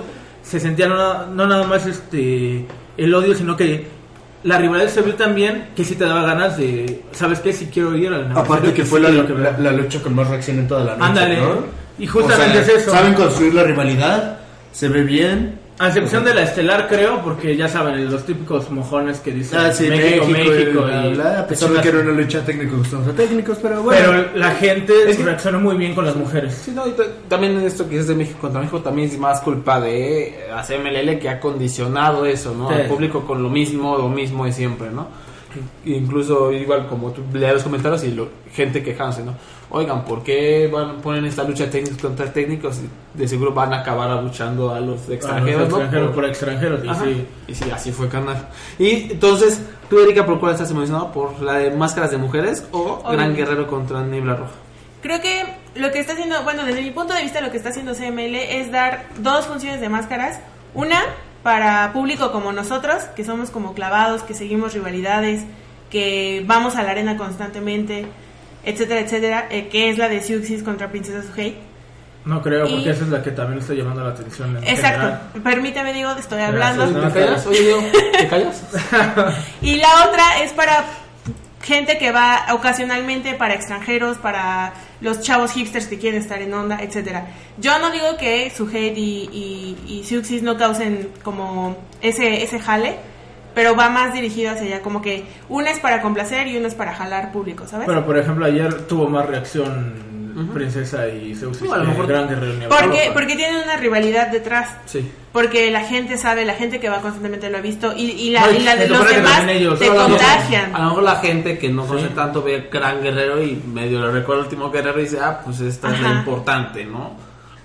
S3: se sentía no, na- no nada más este el odio, sino que la rivalidad se vio también que si te daba ganas de, ¿sabes qué? Si quiero ir al
S4: Aparte
S3: aniversario,
S4: que
S3: sí
S4: fue la,
S3: quiero que me-
S4: la- la lucha con más reacción en toda la noche.
S3: Ándale.
S4: ¿no?
S3: Y justamente
S4: O sea,
S3: es eso.
S4: Saben construir la rivalidad, se ve bien.
S3: A excepción de la estelar, creo, porque ya saben, los típicos mojones que dicen
S4: Ah, sí,
S3: México, México,
S4: bla,
S3: y-
S4: bla, bla, a pesar de que era una lucha técnico contra técnicos, pero bueno.
S3: Pero la gente
S5: Es que-
S3: reacciona muy bien con las mujeres.
S5: Sí, no, y ta- también esto que es de México contra México también es más culpa de eh, la CMLL que ha condicionado eso, ¿no?
S3: Sí.
S5: Al público con lo mismo, lo mismo de siempre, ¿no? Incluso igual como tú leas los comentarios y lo- gente quejándose, ¿no? Oigan, ¿por qué van, ponen esta lucha técnicos contra técnicos? De seguro van a acabar luchando a los
S3: Ah,
S5: extranjeros, ¿no?
S3: extranjeros
S5: Por-
S3: por extranjeros. y
S5: Ajá.
S3: sí.
S5: Y sí, así fue, carnal. Y entonces, ¿tú, Erika, por cuál estás emocionado? ¿Por la de Máscaras de Mujeres o
S1: Obvio.
S5: Gran Guerrero contra Niebla Roja?
S1: Creo que lo que está haciendo, bueno, desde mi punto de vista lo que está haciendo CML es dar dos funciones de máscaras. Una para público como nosotros, que somos como clavados, que seguimos rivalidades, que vamos a la arena constantemente, etcétera, etcétera, eh, que es la de Siuxis contra Princesa Sujei.
S3: No creo, porque
S1: Y-
S3: esa es la que también está llamando la atención. En
S1: Exacto.
S3: general.
S1: Permítame, digo, estoy
S3: Gracias,
S1: hablando.
S3: No,
S5: ¿Te callas?
S3: claro.
S5: Oye, Diego, ¿te callas?
S1: Y la otra es para gente que va ocasionalmente, para extranjeros, para los chavos hipsters que quieren estar en onda, etcétera. Yo no digo que Suheid y, y, y Siuxis no causen como ese, ese jale, pero va más dirigido hacia allá, como que una es para complacer y una es para jalar público, ¿sabes?
S3: Pero por ejemplo, ayer tuvo más reacción Princesa y Zeus. eh,
S5: No, a lo mejor-
S3: Gran Guerrero Universal.
S1: Porque, porque tienen una rivalidad detrás.
S5: Sí.
S1: Porque la gente sabe, la gente que va constantemente lo ha visto y, y la,
S3: Ay,
S1: y la de
S3: se
S1: los
S3: supone que
S1: demás
S3: también ellos,
S1: te
S3: ¿no?
S5: A lo mejor-
S1: contagian.
S5: A lo mejor la gente que no conoce
S3: Sí.
S5: tanto ve Gran Guerrero y medio le recuerda el último guerrero y dice, ah, pues esta es la
S1: Ajá.
S5: importante, ¿no?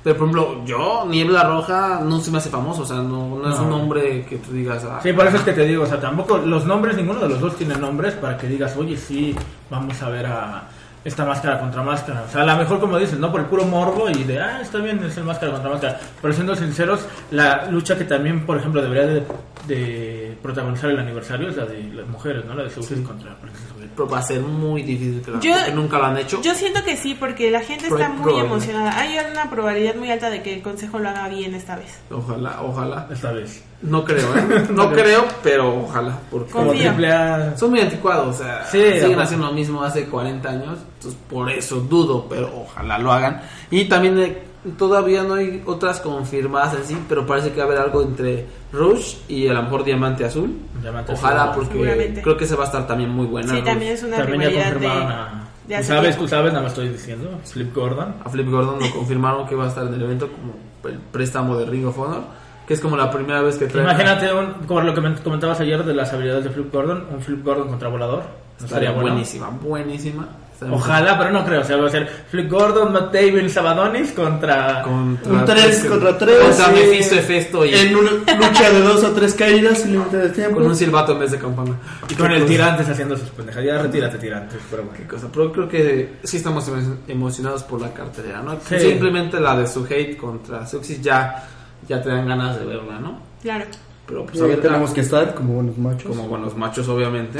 S5: Pero por ejemplo, yo, Niebla Roja, no se me hace famoso, o sea, no, no es
S3: No.
S5: un nombre que tú digas, ah,
S3: Sí, por eso es que te digo, o sea, tampoco los nombres, ninguno de los dos tiene nombres para que digas, oye, sí, vamos a ver a esta máscara contra máscara. O sea, a lo mejor como dices, ¿no? Por el puro morbo y de, ah, está bien, es el máscara contra máscara. Pero siendo sinceros, la lucha que también, por ejemplo, debería de, de protagonizar el aniversario es la de las mujeres, ¿no? La de Zeus contra Princesa Sophia.
S5: pero va a ser muy difícil que la-
S1: Yo-
S5: porque nunca lo han hecho.
S1: Yo siento que sí, porque la gente
S5: Pro-
S1: está muy
S5: probable.
S1: emocionada. Hay una probabilidad muy alta de que el consejo lo haga bien esta vez.
S5: Ojalá, ojalá.
S3: Esta vez.
S5: No creo, ¿eh? No creo, pero ojalá, porque
S1: Confío.
S3: Como triple A.
S5: son muy anticuados, o sea,
S3: Sí,
S5: siguen
S3: ajá.
S5: haciendo lo mismo hace 40 años, entonces por eso dudo, pero ojalá lo hagan. Y también eh, todavía no hay otras confirmadas en sí, pero parece que va a haber algo entre Rush y a lo mejor Diamante Azul.
S3: Diamante
S5: ojalá,
S3: Azul.
S5: porque
S1: Seguramente.
S5: creo que se va a estar también muy buena.
S1: sí,
S5: Rush.
S1: también es una
S3: También ya
S1: rivalidad
S3: confirmaron
S1: de, de
S3: a... Tú
S1: hace
S3: sabes,
S1: tiempo.
S3: tú sabes, nada más estoy diciendo, Flip Gordon.
S5: A Flip Gordon lo confirmaron que va a estar en el evento como el préstamo de Ring of Honor, que es como la primera vez que traen a-
S3: Imagínate, un, como lo que men- comentabas ayer de las habilidades de Flip Gordon, un Flip Gordon contra volador. No
S5: Estaría
S3: bueno.
S5: buenísima, buenísima. Estaría
S3: Ojalá, pero no creo. O sea, va a ser Flip Gordon, Matt Damon, Sabadonis contra.
S5: Contra- pues,
S4: Un 3 contra 3.
S5: Contra Mephisto, Hefesto y
S4: En una lucha de dos o tres caídas sin límite de tiempo.
S5: con un silbato en vez de campana.
S3: Y con el
S5: Qué cosa,
S3: Tirantes haciendo sus pendejas. Ya retírate, Tirantes. Pero bueno.
S5: Qué cosa. Pero creo que sí estamos emo- emocionados por la cartelera, ¿no?
S3: Sí.
S5: Simplemente la de su hate contra Suxis ya, ya te dan ganas de verla, ¿no?
S1: Claro.
S5: Pero pues
S4: Pues
S5: a
S4: ahí
S5: ver,
S4: tenemos que estar como buenos machos.
S5: como buenos machos, obviamente.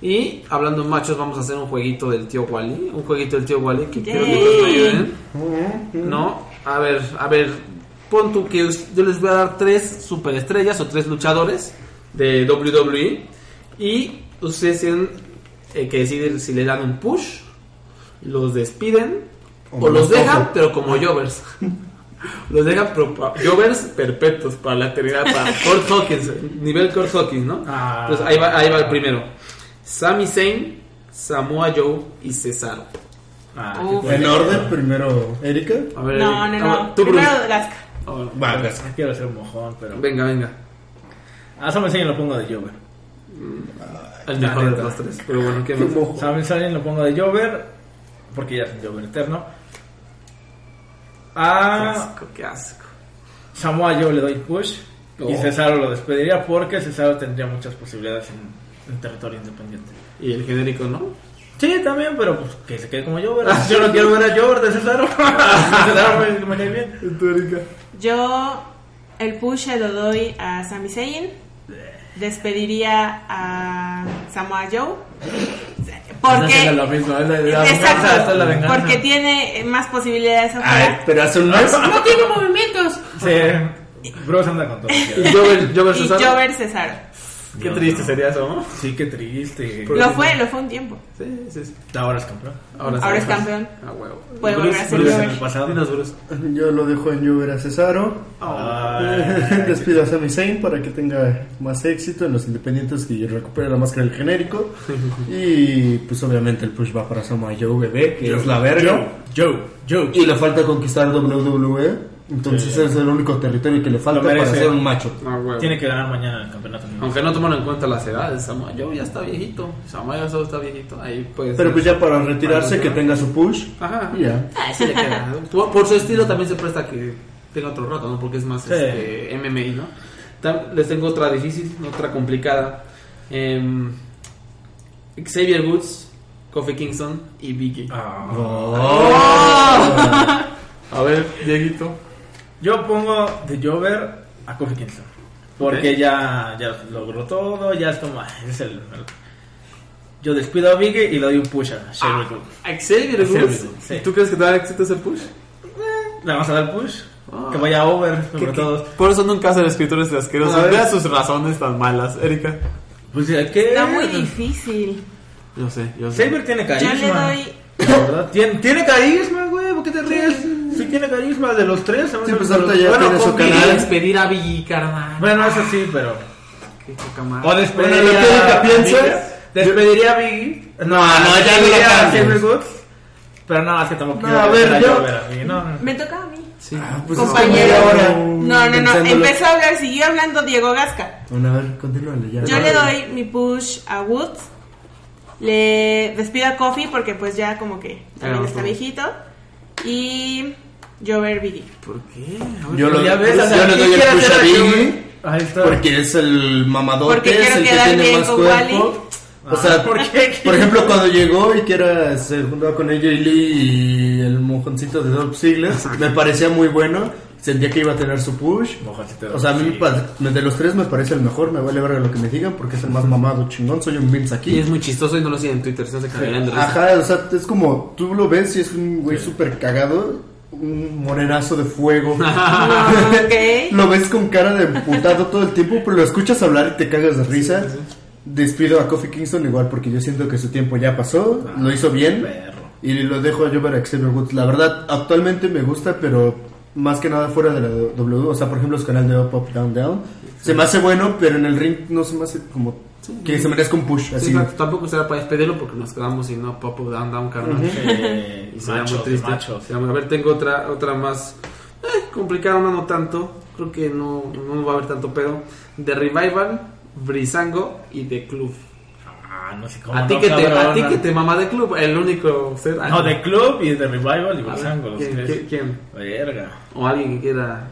S5: Y hablando de machos, vamos a hacer un jueguito del tío Wally. Un jueguito del tío Wally que quiero que todos me ayuden. No, a ver, a ver, pon tú que us- yo les voy a dar tres superestrellas o tres luchadores de WWE y ustedes tienen eh, que decidir si le dan un push, los despiden o,
S4: O los
S5: los dejan,
S4: cogen.
S5: pero como Jovers. los dejan, pero pa- Jovers perpetuos para la eternidad, para Kurt Hawkins, nivel Kurt Hawkins, ¿no?
S3: Ah.
S5: Entonces Pues ahí va, ahí va el primero. Sami Zayn, Samoa Joe y Cesaro.
S3: Ah,
S1: Uf.
S3: qué
S4: En
S3: bueno.
S4: orden, primero Erika.
S5: A ver,
S1: no, no,
S5: Eric,
S1: no.
S5: tú, Bruce.
S1: Primero de Alaska.
S5: A ver,
S4: Vargas.
S3: No Ah, Quiero ser un mojón, pero.
S5: Venga, venga.
S3: Ah, Sam Salen lo pongo de Jover.
S5: El mejor de
S3: neta.
S5: los tres. Pero bueno, ¿qué más?
S4: Mojo.
S3: Sam Salen lo pongo de Jover. Porque ya es un Jover eterno.
S5: Qué
S3: Ah.
S5: asco, qué asco.
S3: Samoa yo le doy push y
S5: Oh.
S3: Cesaro lo despediría porque Cesaro tendría muchas posibilidades en, en territorio independiente.
S5: Y el genérico, ¿no?
S3: Sí, también, pero pues que se quede como yo, ¿verdad? Yo no quiero ver a Jover de Cesaro. Cesaro me, me cae bien.
S1: Yo el push se lo doy a Sami Zayn. Despediría a Samoa Joe.
S3: Es
S1: Porque
S3: lo mismo, es la, la venganza, esta es la
S1: Exacto,
S3: venganza.
S1: porque tiene más posibilidades
S4: Ay,
S1: afuera.
S4: pero hace un mes.
S1: No tiene movimientos.
S3: Sí, Bruce anda con todo.
S5: Y Jover, Jover
S1: Y
S5: Cesaro.
S1: Jover Cesaro.
S5: Qué triste sería eso, ¿no?
S3: Sí, qué triste.
S5: Pero-
S1: Lo fue, lo fue un tiempo.
S5: Sí, sí. sí.
S3: Ahora es campeón.
S5: Ahora,
S1: Ahora
S5: sí.
S1: es campeón.
S5: Ah, huevo.
S1: Puede volver a ser
S3: Bruce en
S1: Jover.
S3: el pasado.
S5: Dinos, Bruce.
S4: Yo lo dejo en Juber a Cesaro.
S3: Ay.
S4: Despido a Sami Zayn para que tenga más éxito en los independientes y recupere la máscara del genérico. Y pues obviamente el push va para Samoa Joe bebé, que es la verga.
S3: Joe, Joe.
S4: Y le falta conquistar WWE. Entonces ese es el único territorio que le falta
S3: Lo merece.
S4: para ser un macho.
S5: Ah, huevo.
S3: Tiene que ganar mañana el campeonato. ¿no?
S5: Aunque no toman en cuenta las edades, Samoa Joe ya está viejito. Samoa Joe solo está viejito. Ahí pues.
S4: Pero pues ya para retirarse, que tenga su push.
S5: Ajá.
S4: Y ya.
S5: Ah, sí le queda. Por, por su estilo también se presta que tenga otro rato, ¿no? Porque es más
S3: Sí.
S5: este, MMI, ¿no? Tam- Les tengo otra difícil, otra complicada. Em, Xavier Woods, Kofi Kingston y Vicky.
S3: Ah. Oh.
S5: A ver, Dieguito.
S3: Yo pongo de Jover a Kofi Kingston. Porque
S5: Ok.
S3: ya, ya logró todo, ya es como. ah, Es el, el- Yo despido a Biggie y le doy un push a Sherry Good.
S5: Ah, Xavier
S3: Xavier
S5: Woods.
S3: Woods, sí.
S5: ¿Y ¿Tú crees que te da éxito ese push?
S3: Le vamos a dar push.
S5: Ah.
S3: Que vaya over, sobre
S5: Que-
S3: todo.
S5: que- Por eso nunca hacen escritores de asquerosos.
S4: A ver.
S5: Vea sus razones tan malas, Erika.
S3: Pues ya que.
S1: Está muy difícil.
S5: Yo sé, yo sé.
S3: Saber tiene
S1: Yo
S3: carisma.
S1: le doy.
S3: La verdad, tiene, tiene carisma, güey. ¿Por qué te ríes? Sí, tiene carisma de los tres. se me
S4: Sí,
S3: hace que
S4: pues
S3: de
S4: ahorita
S3: los-
S4: ya
S3: bueno,
S4: tiene su
S3: con Biggie-
S4: canal.
S5: Despedir a Vicky, carnal.
S3: Bueno, eso sí, pero.
S5: Qué poca madre.
S3: O despediría
S4: Bueno, lo que
S3: a
S4: piensa-
S3: Biggie. Despediría a Biggie.
S4: No, no, ya no lo
S3: Despediría a
S4: cambies.
S3: Xavier Woods. Pero nada más que tampoco
S4: No,
S3: quiero
S4: a
S3: que
S4: ver,
S3: sea
S4: yo-
S3: ver a mí, no, no.
S1: Me toca a mí.
S5: Sí.
S4: pues
S1: Compañero.
S4: es como ya ahora,
S1: No, no, no.
S4: pensándolo.
S1: Empezó a hablar, siguió hablando Diego Gasca.
S4: Bueno, a ver, continúale ya.
S1: Yo le doy mi push a Woods. Le despido a Coffee porque pues ya como que también
S5: Ah,
S1: está
S5: ok.
S1: viejito. Y Jover BD.
S5: ¿Por qué? A ver,
S4: Yo lo-
S3: Ya ves, o sea,
S4: yo le
S3: ¿qué
S4: doy el
S3: quieres
S4: push a
S3: hacer aquí,
S4: Biggie?
S3: güey? Ahí está.
S4: Porque es el mamadote,
S1: Porque quiero
S4: es el que
S1: quedar
S4: tiene
S1: bien
S4: más
S1: con Wally.
S4: cuerpo. O sea,
S3: Ah, ¿por qué?
S4: por ejemplo, cuando llegó y que era, se juntaba con AJ Lee y el mojoncito de Dolph Ziggler, me parecía muy bueno, sentía que iba a tener su push.
S3: Mojoncito de
S4: O sea, a mí
S3: Dolph
S4: me pa- me- de los tres me parece el mejor, me vale verga lo que me digan porque es el más mamado chingón, soy un Vince
S5: Y
S4: aquí.
S5: es muy chistoso y no lo siguen en Twitter, se hace cagar de risa.
S4: Ajá, o sea, es como, tú lo ves y es un güey súper cagado, un morenazo de fuego.
S1: ok.
S4: Lo ves con cara de emputado todo el tiempo, pero lo escuchas hablar y te cagas de risa. Despido a Kofi Kingston igual porque yo siento que su tiempo ya pasó, lo hizo bien
S3: perro.
S4: y lo dejo yo para Xavier Woods. La verdad, actualmente me gusta, pero más que nada fuera de la W, o sea, por ejemplo, su canal de Up, Up, Down, Down. Se me hace bueno, pero en el ring no se me hace como que se merezca un push.
S5: Sí,
S4: Así.
S5: exacto, tampoco será para despedirlo porque nos quedamos sin no pop down down carnal.
S3: Eh,
S5: Y será muy
S3: machos,
S5: triste.
S3: machos.
S5: Será muy- A ver, tengo otra otra más eh, complicada, una no tanto. Creo que no, no va a haber tanto pedo. De Revival, Brisango y de Club.
S3: Ah, no sé cómo.
S5: A ti
S3: no,
S5: que te, a
S3: cabrón,
S5: ti que
S3: no.
S5: te mama de Club, el único ser.
S3: No, de Club y de Revival y
S5: A ver,
S3: Bolsango, los
S5: ¿quién-
S3: tres.
S5: quién- quién?
S3: Verga.
S5: O alguien que quiera.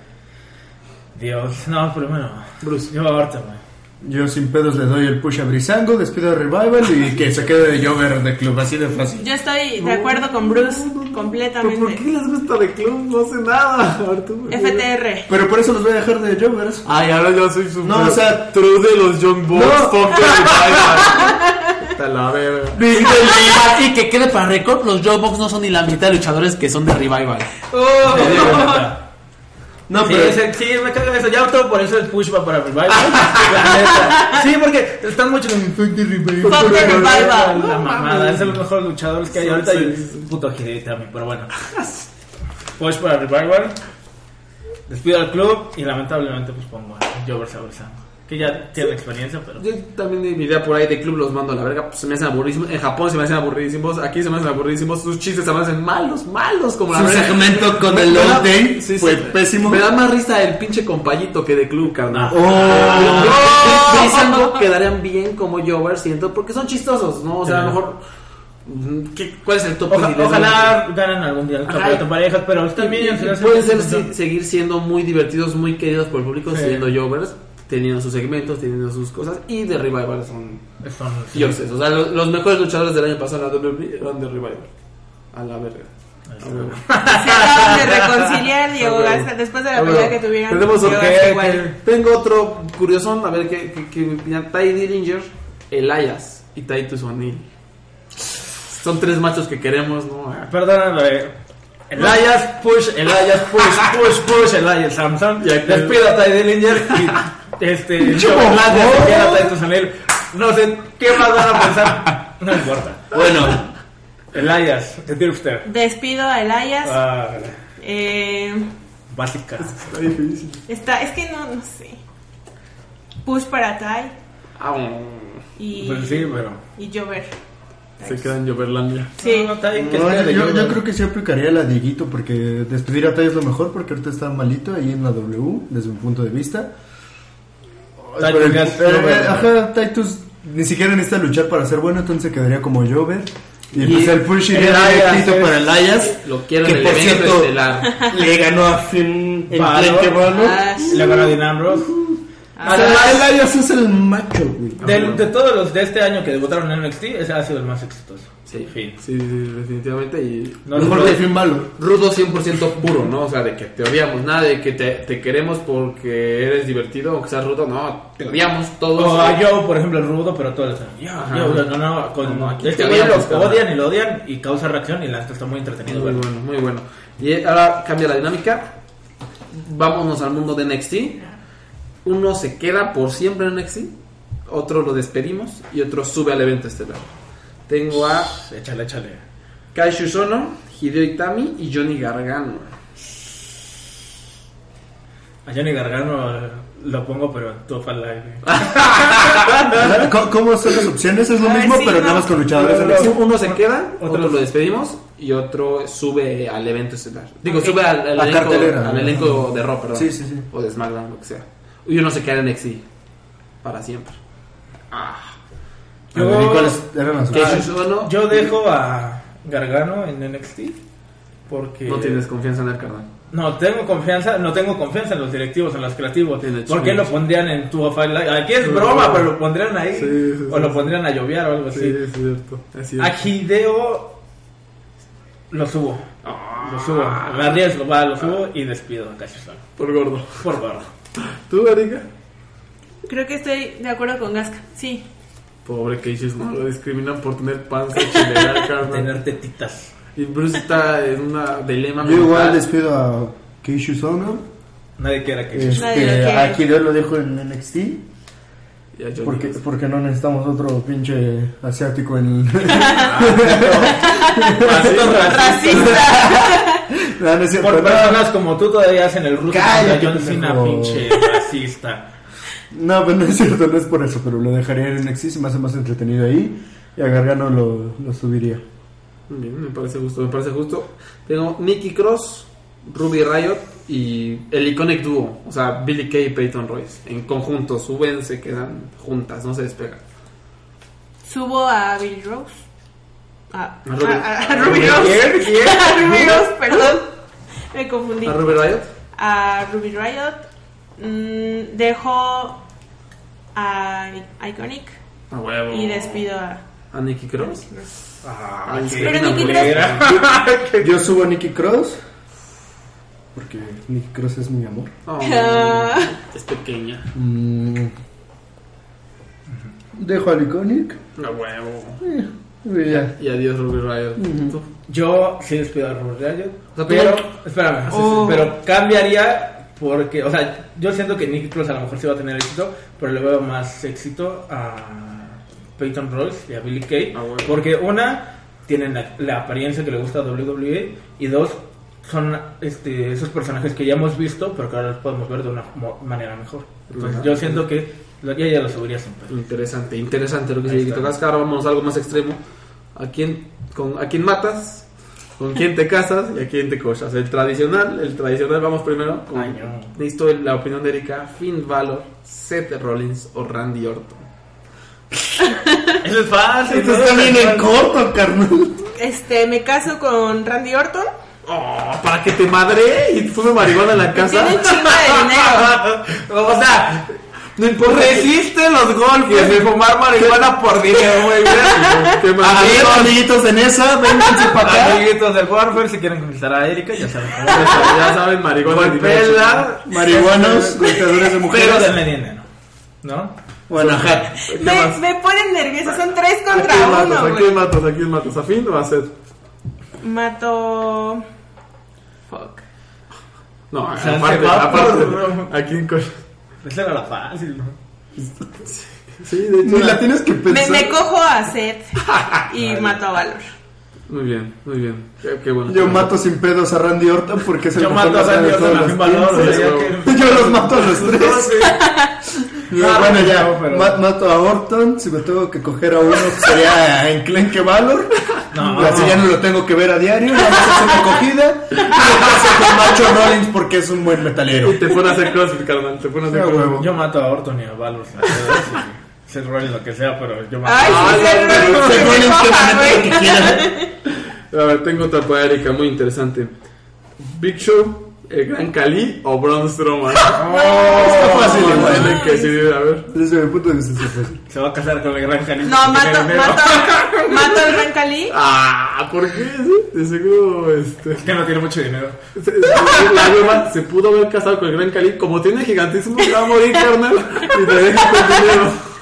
S3: Dios, no, pero bueno.
S5: Bruce.
S3: Yo ahorita, güey.
S4: Yo sin pedos le doy el push a Brisango, despido a Revival y que se quede de Jover de club, así de fácil.
S1: Yo estoy de acuerdo con Bruce
S5: ¿Pero ¿Por qué
S1: completamente.
S5: les gusta de Club? No sé nada. Arturo.
S1: FTR.
S4: Pero por eso los voy a dejar de Jovers.
S5: Ay, ahora yo soy super
S4: No, o sea-
S5: true de los John Boys.
S4: No.
S5: Fuck Revival. Hasta la verga.
S6: Y que quede para récord, los Jobbox no son ni la mitad de luchadores que son de Revival.
S3: Sí, neta.
S4: No,
S3: sí,
S4: pero
S3: es el- sí, me caga eso. Ya todo por eso el push va para Revival. La neta. sí, porque están muchos en Fuck the Revival.
S1: Fuck the Revival.
S3: La mamada, es el mejor luchador que hay
S5: Sí,
S3: ahorita.
S5: sí.
S3: y es un puto gil también, pero bueno. Push para Revival. Despido al club y lamentablemente pues pongo a Jovers a Bolsango, Que ya tiene experiencia, pero.
S5: Yo también mi idea por ahí de club los mando a la verga, pues se me hacen aburridísimos. En Japón se me hacen aburridísimos, aquí se me hacen aburridísimos, sus chistes se me hacen malos, malos como la
S4: Su
S5: verga.
S4: segmento con
S5: Me-
S4: el
S5: me
S4: Old
S5: da-
S4: Day fue pésimo.
S5: Me da más risa el pinche compayito que de club, carnal.
S4: Oh.
S5: Oh. Pensando quedarían bien como Jover, siento, porque son chistosos, ¿no? O sea, a lo
S3: Sí.
S5: mejor. mm, ¿qué- ¿Cuál es el top?
S3: Oja- ojalá ganen algún día el campeonato
S5: Ajá.
S3: parejas, pero ahorita bien. se le hace
S5: Pueden
S3: mucho
S5: ser,
S3: tiempo.
S5: sí, seguir siendo muy divertidos, muy queridos por el público,
S3: Sí.
S5: siendo Jovers, teniendo sus segmentos, teniendo sus cosas, y de Revival son
S3: Son- sí.
S5: dioses. O sea, lo- los mejores luchadores del año pasado en la WWE eran de Revival. A la verga. A huevo.
S1: Se acaban de reconciliar Diego Gasca después de la
S5: A
S1: pelea
S5: huevo.
S1: que tuvieron.
S5: Tenemos
S1: Diego
S5: otro-
S1: Gasca igual.
S5: Tengo otro curiosón, a ver qué qué- qué opinan. Ty Dillinger, Elias y Titus O'Neill. Son tres machos que queremos, ¿no?
S3: Perdóname. Elias, push, Elias, push, push, push, Elias Samson.
S5: Y aquí-
S3: Despido a Ty Dillinger y este.
S4: Yo,
S3: Joe Blanca,
S4: oh.
S3: se queda Ty Tusanel. No sé qué más van a pensar. No importa.
S4: bueno,
S3: Elias, el Dirfter.
S1: Despido a Elias.
S3: Ah,
S1: Eh,
S3: básica.
S5: Está difícil.
S1: está, es que no, no sé. Push para Tai
S5: Ah,
S1: y,
S3: Pues sí, pero.
S1: y Jover.
S5: se quedan Joverlandia.
S1: Sí.
S3: No, Ty, que
S4: no,
S3: espera
S4: yo,
S3: de
S4: yo-
S3: Joe.
S4: yo creo que sí aplicaría la Dieguito porque despedir a Tay es lo mejor porque ahorita está malito ahí en la W, desde mi punto de vista.
S3: Titus
S4: Pero el-
S3: ya es Jover,
S4: eh,
S3: ¿no?
S4: ajá, Titus ni siquiera necesita luchar para ser bueno, entonces quedaría como Jover. Y,
S5: Y
S4: pues el push iría
S3: Elias,
S4: directito
S3: eh.
S4: para Elias.
S5: Lo quiero
S4: Que
S5: en el
S4: por
S5: evento
S4: cierto-
S5: estelar.
S4: Le ganó a Finn en
S3: Balor.
S4: Plenty Balor.
S1: Ah, sí.
S3: Le ganó a Dean Ambrose.
S4: O sea, Elias es el macho, güey.
S3: Del- de todos los de este año que debutaron en NXT, ese ha sido el más exitoso.
S5: Sí,
S3: Fin.
S5: sí, sí, definitivamente. Y
S3: No,
S4: mejor
S3: no,
S4: que Finn Balor.
S5: rudo 100% puro, ¿no? O sea, de que te odiamos, nada de que te, te queremos porque eres divertido, aunque seas rudo, no, te odiamos todos.
S3: O a Joe, por ejemplo, el rudo, pero todo el yo, yo, yo, no, no, con,
S5: No, aquí
S3: este
S5: te
S3: güey
S5: odian,
S3: lo
S5: está.
S3: odian y lo odian y causa reacción y la neta está muy entretenido.
S5: Muy
S3: güey.
S5: bueno, muy bueno. Y eh, ahora cambia la dinámica. Vámonos al mundo de NXT. Uno se queda por siempre en NXT, otro lo despedimos y otro sube al evento estelar. Tengo a
S3: Pues, Échale, échale.
S5: Kai Shusono, Hideo Itami y Johnny Gargano.
S3: A Johnny Gargano eh, lo pongo, pero en tu falda.
S5: Ah,
S3: güey.
S4: Ajá, ¿Cómo, cómo son las opciones? Es lo
S1: A ver,
S4: mismo,
S1: sí,
S4: pero
S1: no.
S4: nada más con luchadores.
S3: No, no,
S4: Alex.
S5: Uno se queda,
S3: Otro
S5: otro
S3: lo-
S5: lo despedimos y y otro sube al evento estelar. Digo, sube al, al
S4: A
S5: elenco,
S4: cartelera.
S5: al elenco de Raw, perdón.
S4: Sí, sí, sí.
S5: O de SmackDown, lo que sea. Y uno se queda en NXT para siempre. Ah,
S4: A ver, ¿y cuáles eran las
S3: Ah,
S5: ¿Qué
S4: opciones?
S5: es eso,
S3: Yo dejo a Gargano en NXT porque
S5: No tienes confianza en el carnal.
S3: No, tengo confianza, no tengo confianza en los directivos, en los creativos.
S5: Sí, de hecho,
S3: ¿Por qué
S5: sí.
S3: lo pondrían en tu Aquí es
S5: Sí,
S3: broma,
S5: no.
S3: pero lo pondrían ahí
S5: Sí, sí,
S3: o
S5: sí.
S3: lo pondrían a lloviar o algo así.
S5: es cierto. Así
S3: A Hideo lo subo, lo subo, me arriesgo, va, lo subo y despido a Cassius Ohno.
S5: Por gordo.
S3: Por favor.
S5: ¿Tú, Arica?
S1: Creo que estoy de acuerdo con Gasca. Sí.
S5: Pobre Cages, no lo discriminan por tener panza chilera, carnal.
S3: Ah. Tener tetitas.
S5: Y Bruce está en una dilema
S4: Yo igual
S5: mental.
S4: despido a Keishu Sono.
S3: Nadie quiera que
S4: Este,
S1: Nadie lo quiere.
S4: aquí yo lo dejo en NXT.
S5: Y a Johnny
S4: Porque,
S5: Knoxville.
S4: porque no necesitamos otro pinche asiático en el.
S3: Ah,
S1: Racista.
S4: No, no es cierto,
S3: Por
S4: no.
S3: personas como tú todavía hacen el ruso contra
S4: Cállate,
S3: John Cena,
S4: pendejo.
S3: pinche racista.
S4: No, pues no es cierto, no es por eso, pero lo dejaría en NXT, se me hace más entretenido ahí. Y a Gargano lo, lo subiría.
S5: Bien, me parece justo, me parece justo. Tengo Nicky Cross, Ruby Riot y el Iconic Duo, o sea, Billy Kay y Peyton Royce. En conjunto, suben, se quedan juntas, no se despegan.
S1: Subo a Billy Rose. A,
S5: A Ruby.
S1: a- a- a Ruby Rose.
S5: ¿Quién? ¿Quién?
S1: A Ruby Rose, perdón. Me confundí.
S5: ¿A Ruby Riot?
S1: a Ruby Riot. mm, dejo a Iconic
S5: A huevo.
S1: y despido a.
S5: ¿A Nicky Cross?
S3: Ah,
S5: Ay,
S3: qué
S5: pero
S1: Nicky Cross-
S3: culera.
S4: Yo subo a Nicky Cross. Porque Nicky Cross es mi amor.
S5: Oh,
S1: Ah.
S5: es pequeña.
S4: Mm. Dejo a Iconic.
S5: A huevo.
S4: Eh, y ya.
S5: Y adiós, Ruby Riot. Tú.
S3: Yo sí despido a Ruby Riot,
S5: sea,
S3: pero,
S5: tú-
S3: espérame, sí, sí,
S1: Oh.
S3: pero cambiaría porque, o sea, yo siento que Nicky Cross a lo mejor sí va a tener éxito, pero le veo más éxito a Peyton Royce y a Billy Kay,
S5: Ah, bueno.
S3: porque una, tienen la, la apariencia que le gusta a WWE, y dos, son este, esos personajes que ya hemos visto, pero que ahora los podemos ver de una mo- manera mejor. Entonces,
S5: Ajá.
S3: yo siento que lo- ya, ya lo subiría sin pedo.
S5: Interesante, interesante lo que
S3: Ahí
S5: dice
S3: está.
S5: Guito Casca. Ahora vamos a algo más extremo. ¿A quién, con, ¿A quién matas? ¿Con quién te casas? ¿Y a quién te cochas? El tradicional, el tradicional, vamos primero. Con,
S3: Ay, no.
S5: Necesito el- la opinión de Erika, Finn Balor, Seth Rollins o Randy Orton.
S3: Eso es fácil.
S4: Esto
S3: ¿no?
S4: está bien en corto, carnal.
S1: Este, me caso con Randy Orton.
S5: ¡Oh! ¿Para que te madre? ¿Y fume marihuana en la casa?
S1: Tiene un chingo de dinero.
S5: o sea, no importa.
S6: Resiste los golpes de fumar marihuana por dinero, muy bien.
S5: Te madre.
S4: Amigos, amiguitos en esa, vénganse para acá.
S3: Amiguitos del Warfare, si quieren conquistar a Erika, ya saben cómo.
S5: Ya saben, marihuana.
S6: Golpela.
S4: Marihuanos, golpeadores de
S3: Pero
S4: mujeres.
S3: denle dinero. ¿No?
S4: Bueno, ajá.
S1: Me, me ponen nerviosa. Son tres
S5: ¿A
S1: contra
S5: quién matas?
S1: uno,
S5: ¿A
S1: güey.
S5: quién matas? ¿A quién matas? ¿A Finn o a Seth?
S1: Mato. Fuck.
S5: No,
S3: O sea,
S5: aparte,
S3: se va
S5: aparte,
S3: por-
S5: ¿a quién cochas?
S3: Esa era la fácil, ¿no?
S5: Sí, de hecho.
S4: Ni la tienes que
S1: Me,
S4: pensar.
S1: me cojo a Seth y mato a Valor.
S5: Muy bien, muy bien. Qué, qué bueno.
S4: Yo mato sin pedos a Randy Orton porque es el
S3: Yo
S4: mejor
S3: mato a
S4: lanzador
S3: Sandy Orton
S4: de todos
S3: a
S4: los
S3: Finn Balor.
S5: teams,
S3: o sea,
S5: eso.
S3: que-
S4: Yo los mato a los
S3: No,
S4: tres.
S3: sí.
S4: Yo,
S3: Ah,
S4: bueno, ya,
S3: no, pero-
S4: ma- mato a Orton. Si me tengo que coger a uno, pues, sería a Enclenque Valor.
S3: No.
S4: Así ya no lo tengo que ver a diario. Nada más es una cogida. Y me caso con Macho Rollins porque es un buen metalero.
S5: Te pone a hacer crossfit, carnal. Te pone a hacer
S4: Ah,
S5: crossfit.
S4: huevo.
S3: Yo mato a Orton y a Valor. Se rolen lo que sea, pero yo mato
S1: Ay,
S3: a
S5: Ah,
S1: sí, Seth Rollins,
S4: Seth
S1: que se
S4: Rollins,
S1: coja,
S4: que mete lo que
S1: güey.
S5: A ver, tengo otra para Erika, muy interesante. Big Show, el Gran Cali o Braun Strowman.
S3: Oh,
S4: Está fácil,
S5: Fácil,
S4: igual.
S5: tienen que decidir, a ver.
S4: Desde mi punto de vista, está fácil.
S3: Se va a casar con la gran Jalisco.
S1: No, mato, mato, mato al Gran Cali.
S5: Ah, ¿por qué? Sí, De seguro, este.
S3: Que no tiene mucho dinero.
S5: se- se- La hueva se pudo haber casado con el Gran Cali. Como tiene gigantismo, se va a morir, carnal. Y te deja con dinero.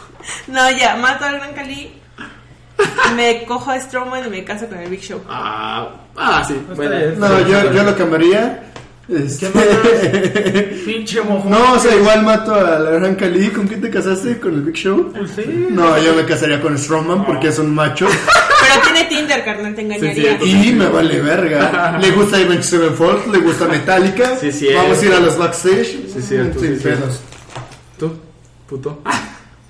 S1: No, ya, mato al Gran Cali. Me cojo a Strowman y me caso con el Big Show.
S5: Ah, ah sí.
S3: Está
S5: bueno.
S3: bien.
S4: No, yo, yo lo cambiaría. Este-
S3: Pinche mojo.
S4: No, o sea, igual mato a la gran Cali. ¿Con quién te casaste? ¿Con el Big Show? No, yo me casaría con Strowman porque es un macho
S1: Pero tiene Tinder, carnal, te engañaría.
S5: Sí,
S4: y me vale verga. Le gusta Avenged Sevenfold, le gusta Metallica.
S5: Sí, cierto.
S4: Vamos a ir a los backstage.
S5: cierto,
S4: Sin
S5: sí,
S4: pedos.
S5: ¿Tú? Puto.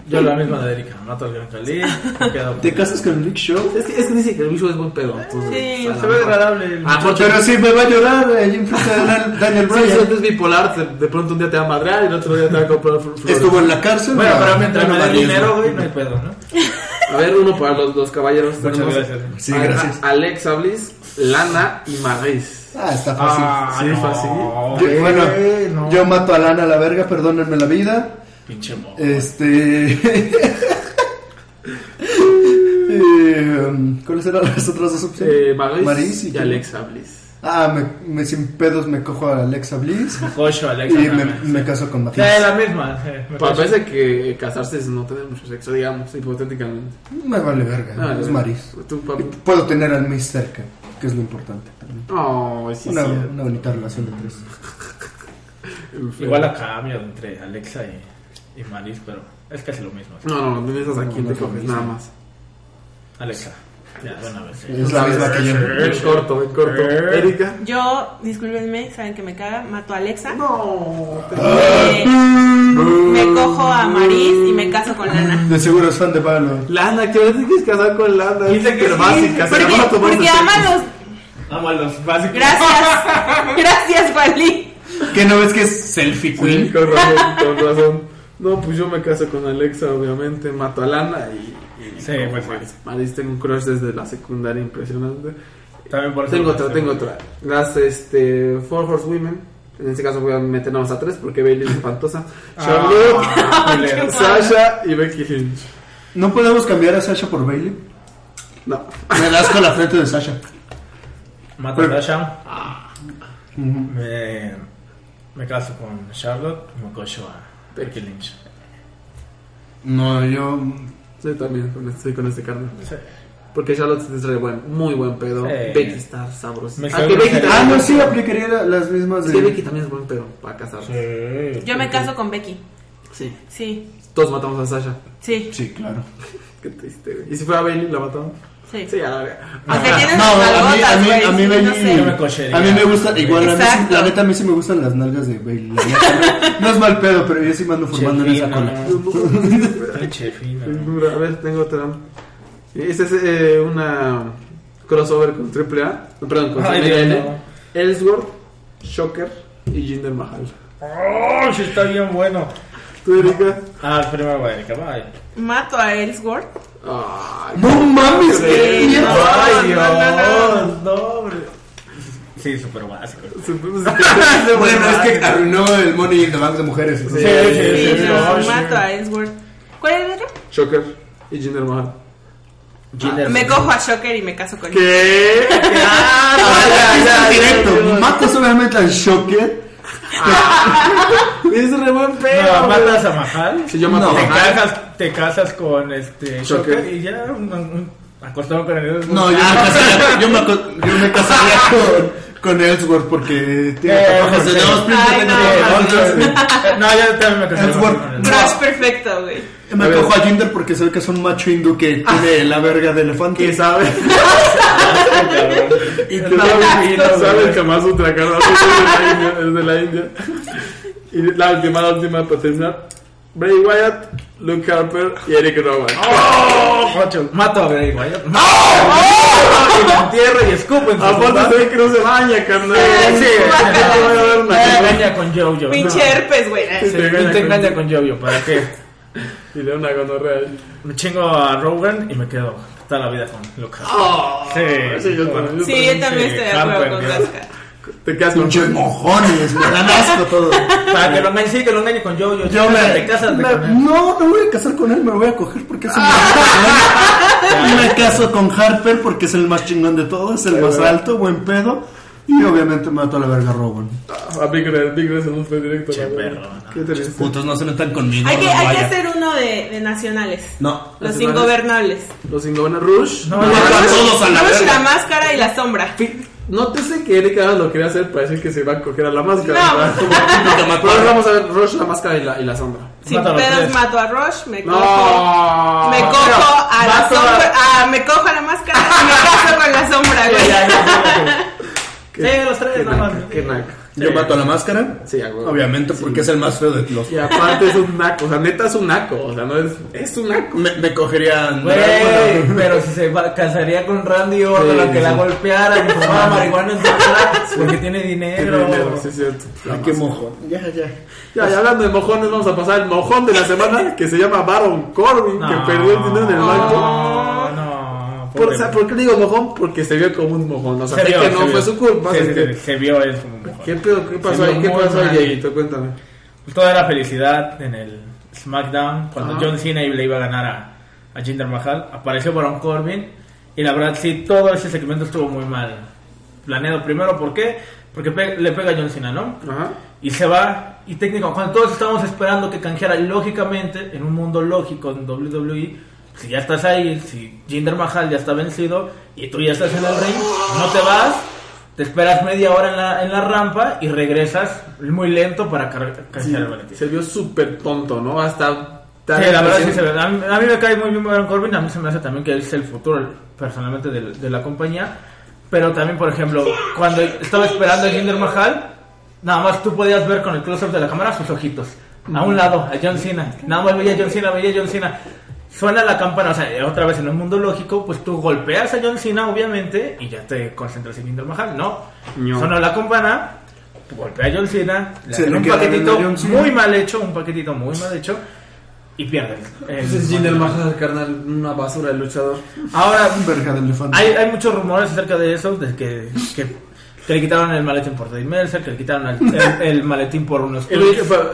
S3: Yo la misma de Erika, mato al gran Khalid, me quedo con-
S2: ¿Te casas con Big Show? Es que, es que dice que Big Show es buen pedo.
S1: Sí,
S3: Se ve agradable. el-
S2: Ah,
S4: Pero, pero sí me va a llorar ahí enfrente de Dan- Daniel
S2: Sí,
S4: Bryan.
S2: es bipolar, te- de pronto un día te va a madrear y el otro día te va a comprar fl- flores.
S4: Estuvo en la cárcel.
S3: Bueno,
S4: la-
S3: pero mientras
S4: la
S3: me dé
S4: valió,
S3: dinero, güey,
S4: ¿no?
S3: no hay pedo,
S2: A
S3: ¿no?
S2: ver, uno para los dos caballeros.
S3: Muchas
S2: Tenemos
S3: gracias.
S4: Sí,
S2: a-
S4: gracias.
S2: a- Alexa Bliss, Lana y Maris.
S4: Ah, está fácil.
S2: sí, fácil.
S4: Yo-
S3: güey,
S4: bueno,
S3: Eh, no.
S4: yo mato a Lana a la verga, perdónenme la vida.
S3: Pinche mo.
S4: Este. Eh, ¿Cuáles eran las otras dos opciones?
S2: Eh, Maris,
S4: Maris y,
S2: y Alexa Bliss.
S4: Ah, me, me- sin pedos me cojo a Alexa Bliss
S3: Cocho, Alexa.
S4: y me,
S3: también.
S4: me caso con
S3: Sí, es
S4: Matías.
S3: la misma. eh, me
S5: Pues
S2: Pa-
S3: parece.
S2: Parece que casarse es no tener mucho sexo, digamos, hipotéticamente.
S4: Me vale verga,
S2: Ah,
S4: es
S2: eh,
S4: Maris.
S2: Tú, papu.
S4: Puedo tener al Miss cerca, que es lo importante. también.
S2: Oh, sí,
S4: una,
S2: sí.
S4: una bonita relación de tres.
S3: Igual la cambio entre Alexa y, y Maris, pero es casi lo mismo. así.
S2: No, no, no tienes a
S4: No,
S2: quién
S4: no
S2: te
S4: es lo
S2: coges
S4: mismo.
S2: nada más.
S3: Alexa. Ya, de una vez. sí.
S4: Es la misma que yo.
S2: En corto, en corto.
S3: Eh.
S2: Erika.
S1: Yo, discúlpenme, saben que me caga, mato a Alexa.
S2: No.
S1: Me, me cojo a Maris y me caso con Lana.
S4: De seguro es fan de Pablo.
S2: Lana, que ahora te quieres casar con Lana.
S3: Dice que
S2: Pero
S3: sí,
S2: básica, se la
S1: Porque,
S2: van a tomar de
S1: porque
S2: sexo.
S1: ama los...
S3: Amo a los básicos.
S1: Gracias. Gracias, Wally.
S4: ¿Qué no ves que es selfie
S2: Sí, con razón, con razón. No, pues yo me caso con Alexa, obviamente, mato a Lana y... y
S3: Sí,
S2: como
S3: pues sí.
S2: Maris. Maris, tengo un crush desde la secundaria impresionante.
S3: También por eso
S2: Tengo
S3: lo
S2: otra,
S3: hacemos.
S2: tengo otra. Las, este, Four Horse Women. En este caso voy a meter nada más a tres porque Bailey es espantosa. Charlotte,
S3: Ah, culero.
S2: Sasha y Becky Lynch.
S4: ¿No podemos cambiar a Sasha por Bailey?
S2: No.
S4: Me das con la frente de Sasha.
S3: Mato a Dasha. Me, me caso con Charlotte y me cocho a Becky Lynch.
S4: No, yo.
S2: Yo también con este, estoy con este carnal.
S3: Sí.
S2: Porque Charlotte es re buen, muy buen pedo.
S3: Eh.
S2: Becky está sabrosa.
S3: Me
S2: Aunque
S3: cago en
S2: Becky,
S3: Sasha.
S2: ah,
S4: Ah, no, sí, aplicaría la- las mismas
S2: no, sí,
S4: de.
S2: Becky también es buen pedo para casarse.
S1: Yo me caso con Becky.
S2: Sí.
S1: Sí,
S2: Todos matamos a Sasha.
S1: sí,
S4: Sí, claro.
S2: Qué triste, güey. ¿Y si fuera Bailey, la matamos?
S1: sí.
S2: Sí, a la verga.
S1: O sea, tienes
S4: No,
S1: las
S4: a mí, a
S1: nalgotas,
S4: mí,
S1: güey,
S4: a mí
S1: sí,
S4: Bailey.
S1: no sé.
S3: Yo me cochería.
S4: a mí me gusta, igual, a mí, sí-
S1: Exacto.
S4: la neta, a mí sí me gustan las nalgas de Bailey. la neta. No es mal pedo, pero yo sí me ando formando en esa cola.
S3: Pinche fina.
S2: Dura, A ver, tengo otra. Esta es eh, una crossover con AAA. No, perdón, con
S3: Ay,
S2: Omega
S3: Dios,
S2: N.
S3: no.
S2: Ellsworth, Shocker y Jinder Mahal.
S3: ¡Oh, sí está bien bueno!
S2: ¿Tú, Erika?
S3: Ah, primero voy a Erika, bye.
S1: Mato a Ellsworth.
S2: Ay,
S4: ¡No
S1: Ah,
S4: mames! ¡Qué
S1: Sí,
S4: miedo!
S1: no.
S3: ¡Ay, Dios!
S1: no,
S3: No, hombre. Sí, súper básico.
S2: se- se-
S4: Bueno, es que arruinó el Money in the Bank de mujeres. entonces-
S1: Sí,
S3: sí, sí,
S1: no,
S3: sí.
S1: mato a Ellsworth. ¿Cuál es el otro?
S2: Shocker y Jinder Mahal.
S3: Kinder.
S1: Me cojo a Shocker y me caso con él.
S2: ¿Qué? ¡Ah,
S4: Ahora,
S2: ya, ya,
S4: directo.
S2: ya,
S4: Matas obviamente al Shocker.
S2: ya. Es re buen pedo.
S3: No, matas a Mahal.
S2: Si yo mato a
S3: te,
S2: Mahal.
S3: casas, te casas con este
S2: Shocker.
S3: Shocker y ya un- un- acostado con el
S4: No, yo me casaría, yo me, aco- yo me casaría con, con Ellsworth porque tiene
S3: Eh,
S4: tatuajes de
S3: porque-
S4: Dios, príncipe
S1: Ay, no.
S4: de
S3: no,
S4: Dios,
S3: no,
S4: entonces,
S3: no, yo también me casé
S4: Ellsworth.
S3: con él.
S1: Crush perfecto, güey.
S2: A
S4: Eh, Me
S2: ver.
S4: cojo a Jinder porque se ve que es un macho hindú que tiene la verga de elefante.
S2: ¿Qué sabe?
S3: Y
S2: No, güey, no sabe el Kama Sutra, carnal, Es de la India. Es de la India. Y la última, la última potencia. Bray Wyatt, Luke Harper y Eric Rowan.
S3: Mato a Bray Wyatt. ¡No! Y lo entierro y escupo en su
S2: Aparte
S3: boca.
S2: se ve que no se baña, carnal.
S1: Sí,
S2: Sí,
S1: sí.
S2: no va a haber
S3: Y te
S2: una-
S3: engaña con Jojo.
S1: Pinche
S3: no.
S1: herpes, güey.
S3: Sí, y te engaña con Jojo, ¿para qué?
S2: Y le da una gonorrea.
S3: Me chingo a Rogan y me quedo toda la vida con Lucas.
S5: Oh.
S2: sí, yo también, yo
S1: Sí, yo también estoy de acuerdo con Casca.
S2: Te quedas con
S4: Pinches mojones, me dan asco todo.
S3: Para que lo engañe, sí, que lo engañe con Jojo.
S4: Yo me,
S3: Te casas de
S4: me-
S3: con él.
S4: No, no voy a casar con él, me voy a coger porque es el
S5: Ah.
S4: más chingón. Y me caso con Harper porque es el más chingón de todos, el más alto, buen pedo. Y obviamente mato a la verga a Rowan.
S2: a Ah, Big Red. Big Red se nos fue directo.
S3: Che,
S2: la verdad.
S3: perro, no.
S2: Qué triste.
S4: Putos, no se metan conmigo.
S1: Hay que,
S4: no
S1: hay que
S4: vaya.
S1: hacer uno de, de nacionales.
S4: No.
S1: Los
S2: Nacionales.
S1: ingobernables.
S2: Los Ingobana Rush.
S3: No,
S2: No,
S3: no,
S4: a todos a la
S1: Rush,
S4: verga.
S1: la máscara y la sombra.
S2: Nótese que Eric Adams lo quería hacer para decir que se iba a coger a la máscara.
S1: No.
S2: ¿verdad? Como- Pero ahora vamos a ver Rush, la máscara y la, y la sombra.
S1: Sin
S3: Mata a los
S1: pedos
S3: tres.
S1: mato a Rush, me
S2: No.
S1: cojo. Me cojo a la
S2: Mato a-
S1: sombra. ah, me cojo a la máscara y me caso con la sombra,
S3: Ya,
S1: güey.
S3: ya, ya, ya, ya. Sí, los tres,
S5: Qué
S3: nada más.
S5: naco, qué naco.
S4: Yo mato a la máscara.
S5: Sí, a huevo.
S4: Obviamente, porque es el más feo de los.
S5: Y aparte es un naco, o sea, neta es un naco, o sea, no es, es un naco.
S4: Me, me cogerían.
S3: Güey, pero si se va- casaría con Randy Orton,
S4: Sí,
S3: aunque la
S4: sí.
S3: golpeara, y fumaba marihuana en su cara, porque tiene dinero.
S5: Sí, es cierto.
S4: Ay, qué mojo. Ya, ya.
S5: Ya, y hablando de mojones, vamos a pasar el mojón de la semana que se llama Baron Corbin, que
S3: No.
S5: perdió el dinero en el banco.
S3: No, no.
S5: Por,
S3: pobre.
S5: o sea, ¿por qué le digo mojón? Porque se vio como un mojón. O sea,
S3: Se
S5: sé
S3: vio,
S5: que
S3: se
S5: no
S3: vio.
S5: fue su culpa.
S3: Se,
S5: sé
S3: se-
S5: que-
S3: se vio, es como un mejor.
S5: ¿Qué, pedo? ¿Qué pasó
S3: Se vio
S5: ahí? ¿Qué
S3: muy
S5: pasó ahí,
S3: mal.
S5: Dieguito? Cuéntame.
S3: Toda la felicidad en el SmackDown, cuando
S5: Ajá.
S3: John Cena le iba a ganar a, a Jinder Mahal, apareció Baron Corbin. Y la verdad, sí, todo ese segmento estuvo muy mal planeado. Primero, ¿por qué? Porque pe- le pega a John Cena, ¿no?
S5: Ajá.
S3: Y se va, y técnico, cuando todos estábamos esperando que canjeara lógicamente, en un mundo lógico en WWE, si ya estás ahí, si Jinder Mahal ya está vencido y tú ya estás en el ring, no te vas, te esperas media hora en la, en la rampa y regresas muy lento para car-
S5: Sí,
S3: canjear el boletín.
S5: se vio súper tonto, ¿no? Hasta...
S3: Sí, la verdad sí se ve. A mí, a mí me cae muy bien Baron Corbin, a mí se me hace también que él es el futuro personalmente de, de la compañía. Pero también, por ejemplo, cuando estaba esperando a Jinder Mahal, nada más tú podías ver con el close-up de la cámara sus ojitos. A un lado, a John Cena. Nada más veía a John Cena, veía a John Cena. Suena la campana, o sea, eh, otra vez en un mundo lógico, pues tú golpeas a John Cena, obviamente, y ya te concentras en Jinder Mahal. No,
S5: No.
S3: sonó la campana, golpea a John Cena, le
S4: Se
S3: hacen
S4: le
S3: un
S4: queda
S3: paquetito
S4: viendo a John Cena.
S3: muy mal hecho, un paquetito muy mal hecho, y pierden. Eh,
S5: Entonces, Jinder Mahal, carnal, una basura de luchador.
S3: Ahora,
S4: Verga del elefante.
S3: hay, hay muchos rumores acerca de eso, de que, que, que le quitaron el maletín por Dave Meltzer, que le quitaron el, el- el maletín por unos
S5: El
S3: tweets.
S5: que fa-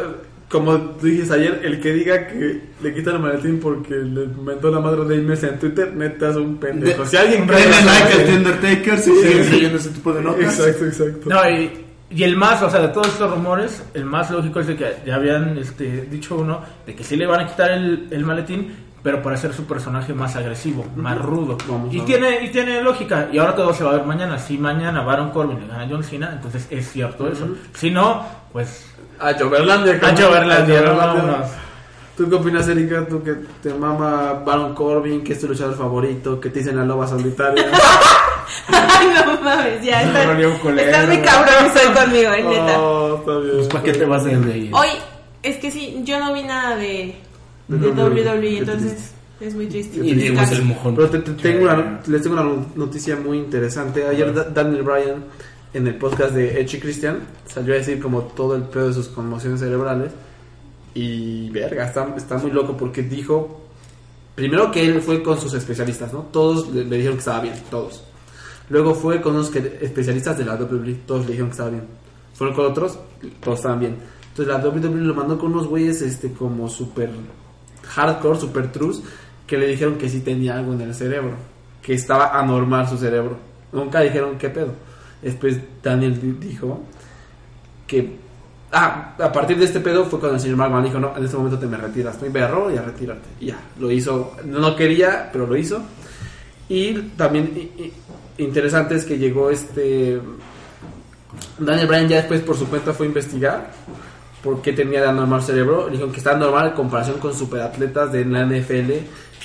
S5: como tú dijiste ayer, el que diga que le quita el maletín porque le mentó la madre de Imes en Twitter, neta es un pendejo. Si alguien cree
S4: Denle
S5: en
S4: like al
S5: eso,
S4: Undertaker si
S5: Sí,
S4: siguen
S5: sí.
S4: leyendo ese tipo de notas.
S5: Exacto, exacto.
S3: No, y, y el más, o sea, de todos estos rumores, el más lógico es de que ya habían este, dicho uno de que sí le van a quitar el, el maletín, pero para hacer su personaje más agresivo, más rudo.
S5: Vamos
S3: y
S5: a
S3: tiene y tiene lógica. Y ahora todo se va a ver mañana. Si mañana Baron Corbin le gana a John Cena, entonces es cierto eso. Si no, pues
S5: A Joverlandia.
S3: a
S5: carnal.
S3: Joverlandia,
S5: A
S3: ¿no?
S5: Joverlandia.
S3: Vámonos.
S5: ¿Tú qué opinas, Erika? Tú que te mama Baron Corbin, que es tu luchador favorito, que te dicen la loba solitaria.
S1: Ay, no mames, ya
S3: Me
S1: estás.
S3: volvió un culero,
S1: Estás muy
S3: güey.
S1: cabrón soy conmigo, eh, neta.
S5: oh, está bien.
S4: Pues, ¿para qué te vas a ir de ahí?
S1: Hoy, es que sí, yo no vi nada de,
S5: De
S1: de
S5: WWE,
S1: WWE,
S5: qué
S1: entonces es muy triste.
S4: Y Diego es el mojón.
S5: Pero te- te tengo una- les tengo una noticia muy interesante. Ayer Da- Daniel Bryan, en el podcast de Edge y Christian, salió a decir como todo el pedo de sus conmociones cerebrales. Y verga, está, está muy loco porque dijo, primero que él fue con sus especialistas, ¿no? Todos le, le dijeron que estaba bien, todos. Luego fue con unos que- especialistas de la WWE, todos le dijeron que estaba bien. Fueron con otros, todos estaban bien. Entonces la WWE lo mandó con unos güeyes este, como super hardcore, super trus, que le dijeron que sí tenía algo en el cerebro, que estaba anormal su cerebro. Nunca dijeron qué pedo. Después Daniel di- dijo que ah, a partir de este pedo fue cuando el señor McMahon dijo, no, en este momento te me retiras, no berro y a retirarte. Y ya, lo hizo, no quería, pero lo hizo. Y también i- i- interesante es que llegó este Daniel Bryan ya después por su cuenta fue a investigar por qué tenía de anormal cerebro. Le dijeron que está normal en comparación con superatletas de la NFL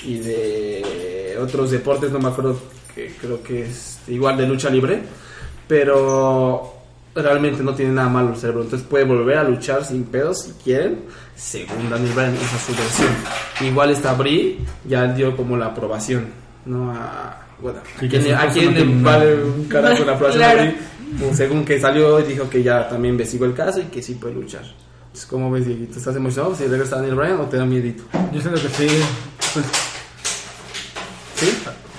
S5: y de otros deportes, no me acuerdo, que creo que es igual de lucha libre, pero realmente no tiene nada malo el cerebro. Entonces puede volver a luchar sin pedos si quieren, según Daniel Bryan, esa es su versión. Igual está Brie, ya dio como la aprobación, ¿no? A, bueno,
S4: Sí, que
S5: ¿a quién,
S4: esa
S5: a
S4: cosa
S5: quién
S4: no
S5: le
S4: tiene nada.
S5: vale un carajo la aprobación
S1: Claro.
S5: de Brie? Pues, según que salió y dijo que ya también investigó el caso y que sí puede luchar. Entonces, ¿cómo ves, Dieguito? ¿Estás emocionado si regresa Daniel Bryan o te da miedito?
S3: yo siento que sí. pues,
S5: ¿Sí?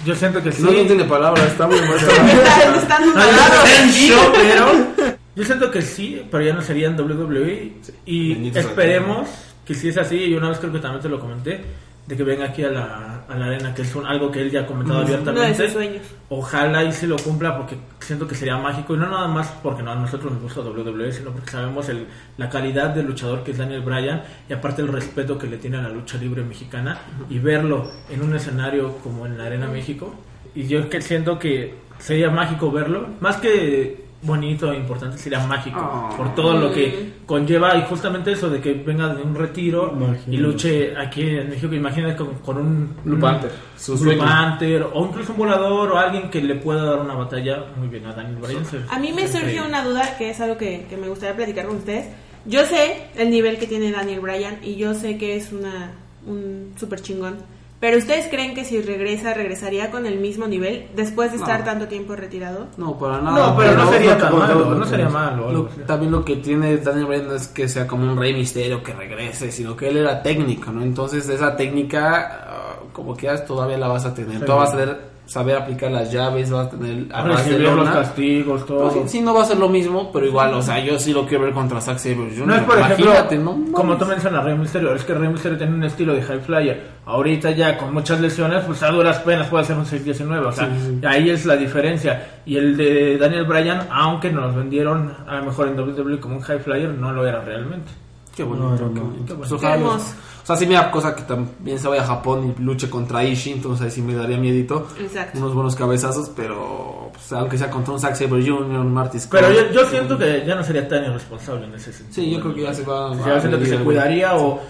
S3: yo siento que sí.
S5: No, no tiene palabras, está muy emocionado.
S1: Están- están malados.
S3: Yo siento que sí, pero ya no sería en WWE. Y
S4: Bendito sea
S3: esperemos que si es así, y una vez creo que también te lo comenté, de que venga aquí a la, a la arena, que es un- algo que él ya ha comentado
S1: Uno de
S3: abiertamente.
S1: sus sueños.
S3: Ojalá y se lo cumpla porque siento que sería mágico y no nada más porque no, a nosotros nos gusta WWE, sino porque sabemos el- la calidad del luchador que es Daniel Bryan y aparte el respeto que le tiene a la lucha libre mexicana y verlo en un escenario como en la Arena México. Y yo que siento que sería mágico verlo, más que bonito e importante sería mágico
S5: Oh.
S3: por todo lo que conlleva y justamente eso de que venga de un retiro
S4: Imagínate.
S3: y luche este, aquí en México imagínate con, con un
S5: Blue
S3: un-
S5: Panther, su
S3: Blue
S5: sueño.
S3: Panther, o incluso un volador o alguien que le pueda dar una batalla muy bien a Daniel Bryan se-
S1: A mí me
S3: se-
S1: surge una duda que es algo que, que me gustaría platicar con ustedes. Yo sé el nivel que tiene Daniel Bryan y yo sé que es una, un súper chingón. Pero ¿ustedes creen que si regresa, regresaría con el mismo nivel después de estar
S5: No.
S1: tanto tiempo retirado?
S5: No, para nada.
S3: no pero no sería tan malo no
S5: no
S3: sería malo
S5: Lo- también lo que tiene Daniel Bryan no es que sea como un rey misterio que regrese, sino que él era técnico, ¿no? Entonces esa técnica, ah, como quieras, todavía la vas a tener.
S3: Sí.
S5: Tú vas a saber, saber aplicar las llaves, vas a tener a base de
S3: recibir los
S5: lona.
S3: castigos todo
S5: Pues sí, sí, no va a ser lo mismo, pero igual, o sea, yo sí lo quiero ver contra Zack Sabre. Jr.
S3: No es por
S5: Imagínate,
S3: ejemplo,
S5: ¿no? No,
S3: como tú mencionas, Rey Mysterio, es que Rey Mysterio tiene un estilo de high flyer. Ahorita ya con muchas lesiones, pues a duras penas puede hacer un 6-19. O sea, ahí es la diferencia. Y el de Daniel Bryan, aunque nos vendieron a lo mejor en WWE como un high flyer, no lo era realmente.
S5: Qué bonito,
S4: No, no,
S5: qué
S4: no.
S5: bonito. Pues
S1: bonito.
S5: ojalá
S1: Qué
S5: los-
S1: hermoso.
S5: o sea, sí me da cosa que también se vaya a Japón y luche contra Ishi, entonces ahí sí me daría miedito.
S1: Exacto.
S5: Unos buenos cabezazos, pero pues, aunque sea contra un Zack Sabre Jr., un Martis
S3: Pero
S5: Scott,
S3: yo, yo siento que ya no sería tan irresponsable en ese sentido.
S5: Sí, yo creo que ya se va
S3: Ya siento que
S5: medir
S3: se
S5: algo.
S3: cuidaría o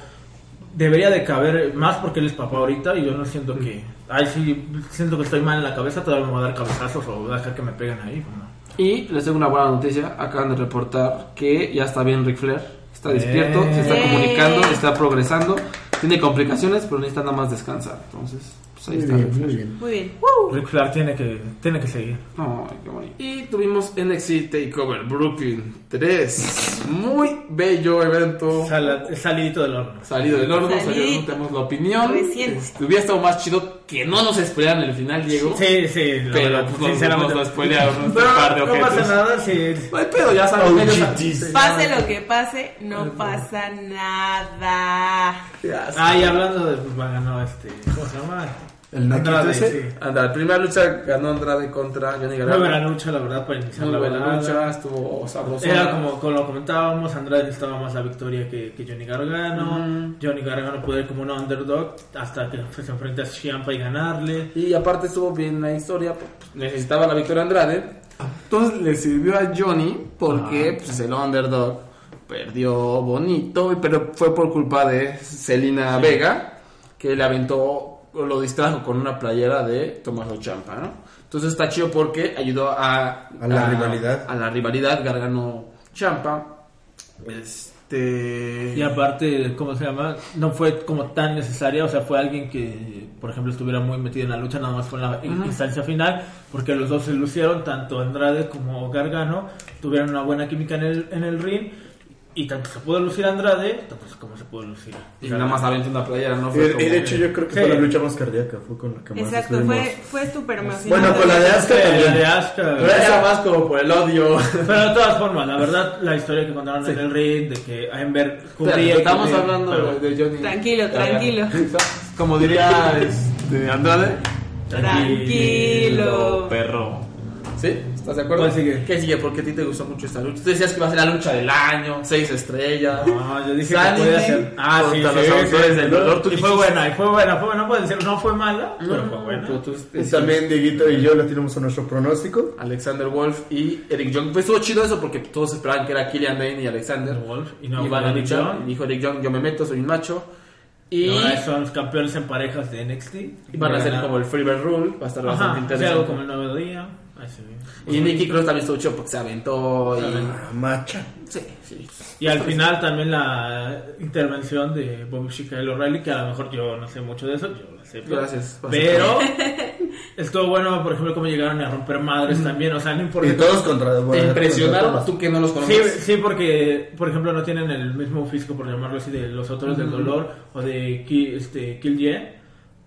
S3: debería de caber más porque él es papá ahorita y yo no siento que...
S5: Mm.
S3: Ay, sí, siento que estoy mal en la cabeza, todavía me voy a dar cabezazos o voy a dejar que me peguen ahí. pues, no.
S5: Y les tengo una buena noticia. Acaban de reportar que ya está bien Ric Flair. Está despierto,
S3: Eh.
S5: se está
S1: Eh.
S5: comunicando, está progresando. Tiene complicaciones, pero necesita nada más descansar. Entonces, pues ahí
S4: Muy
S5: está Ric
S4: bien,
S5: Flair.
S4: muy bien.
S1: Muy bien.
S3: Ric Flair tiene que, tiene que seguir.
S5: No, qué bonito. Y tuvimos NXT Takeover Brooklyn 3. Muy bello evento.
S3: Sal- salidito del horno.
S5: Salido del horno,
S1: Salidito.
S5: salido, no tenemos la opinión.
S1: Recién.
S5: Este, Hubiera estado más chido que no nos esperaran el final, Diego.
S3: Sí, sí, la
S5: Pero,
S3: verdad,
S5: pues, no- no nos spoilearon,
S3: Pero
S5: un par de
S3: no pasa
S5: ojetes.
S3: nada si...
S5: No hay pedo, ya sabes.
S4: OGTs.
S1: Pase lo que pase, no pasa nada.
S5: Ya sabes.
S3: Ah, y hablando de... Pues, ganó este... ¿Cómo se llama?
S4: El Naquito
S3: Andrade,
S4: ese.
S3: sí.
S5: Anda, la primera lucha ganó Andrade contra Johnny
S3: Muy
S5: Gargano.
S3: buena lucha, la verdad, para iniciar
S5: Muy
S3: la
S5: buena
S3: velada.
S5: lucha, estuvo sabroso.
S3: Era como, como lo comentábamos, Andrade estaba más la victoria que, que Johnny Gargano. Johnny Gargano puede ir como un underdog hasta que se enfrenta a Ciampa y ganarle.
S5: Y aparte estuvo bien la historia, pues, necesitaba la victoria Andrade. Entonces le sirvió a Johnny porque pues, el underdog perdió bonito, pero fue por culpa de Celina Vega, que le aventó, lo distrajo con una playera de Tomás Champa, ¿no? Entonces está chido porque ayudó a,
S4: A la rivalidad.
S5: A la rivalidad, Gargano Champa. Este.
S3: Y aparte, ¿cómo se llama? No fue como tan necesaria, o sea, fue alguien que, por ejemplo, estuviera muy metido en la lucha, nada más fue en la instancia final, porque los dos se lucieron, tanto Andrade como Gargano, tuvieron una buena química en el, en el ring, y tanto se pudo lucir Andrade, tanto se- como se pudo lucir.
S5: Y nada más aventó una playera, ¿no?
S4: Y,
S5: Fue como-
S4: y Eh, de hecho yo creo que
S3: Sí.
S4: fue la lucha más cardíaca, fue con la que más
S1: Exacto,
S4: estuvimos.
S1: fue, fue súper emocionante.
S4: Bueno, con la de Asuka
S3: Eh,
S4: también.
S3: de Asuka.
S5: Pero esa más como por el odio.
S3: Pero de todas formas, la verdad, la historia que contaron en el ring, de que Ember
S5: Pero
S3: cubría...
S5: estamos
S3: cubría-
S5: hablando
S3: pero-
S5: de Johnny.
S1: Tranquilo,
S5: Gargano.
S1: tranquilo.
S5: Como diría este, Andrade.
S1: Tranquilo.
S6: Perro.
S5: ¿Sí? ¿Estás de acuerdo?
S3: ¿Cuál sigue?
S5: ¿Qué sigue? Porque a ti te gustó mucho esta lucha. Tú decías que iba a ser la lucha del año, seis estrellas.
S3: No, yo dije
S5: Sanity
S3: que podía ser.
S5: contra los autores del dolor. Tú
S3: y fue
S5: dijiste-
S3: buena, y fue buena, fue buena. No puedo decir, no fue mala, pero fue buena.
S5: Pero tú este, decías-
S4: Y también Dieguito y yo le tiramos a nuestro pronóstico.
S5: Alexander Wolf y Eric Young. Pues estuvo chido eso porque todos esperaban que era Killian Dane y Alexander.
S3: Wolf, y no,
S5: van a
S3: Eric
S5: luchar.
S3: Young.
S5: Y Dijo Eric Young, yo me meto, soy un macho.
S3: Y
S5: Y
S3: ahora son los campeones en parejas de NXT.
S5: y van a hacer como el Freebird Rule. Va a estar bastante
S3: Ajá, sí,
S5: interesante.
S3: algo como el nuevo día. Ahí se ve.
S5: Y Nicky Cross también estuvo chido porque se aventó.
S3: Se
S5: Y...
S3: aventó.
S4: Ah, Macha.
S5: Sí, sí.
S3: Y al final también la intervención de Bobby Chica y O'Reilly, que a lo mejor yo no sé mucho de eso, yo lo sé. pero-
S5: Gracias.
S3: Pero estuvo bueno, por ejemplo, cómo llegaron a romper madres también, o sea, no importa.
S4: Y todos contra...
S5: Te
S4: bueno,
S5: impresionaron
S4: contra
S5: tú que no los
S3: Sí,
S5: conoces.
S3: sí, porque, por ejemplo, no tienen el mismo físico, por llamarlo así, de los autores del dolor o de Ki- este, Kill Ye,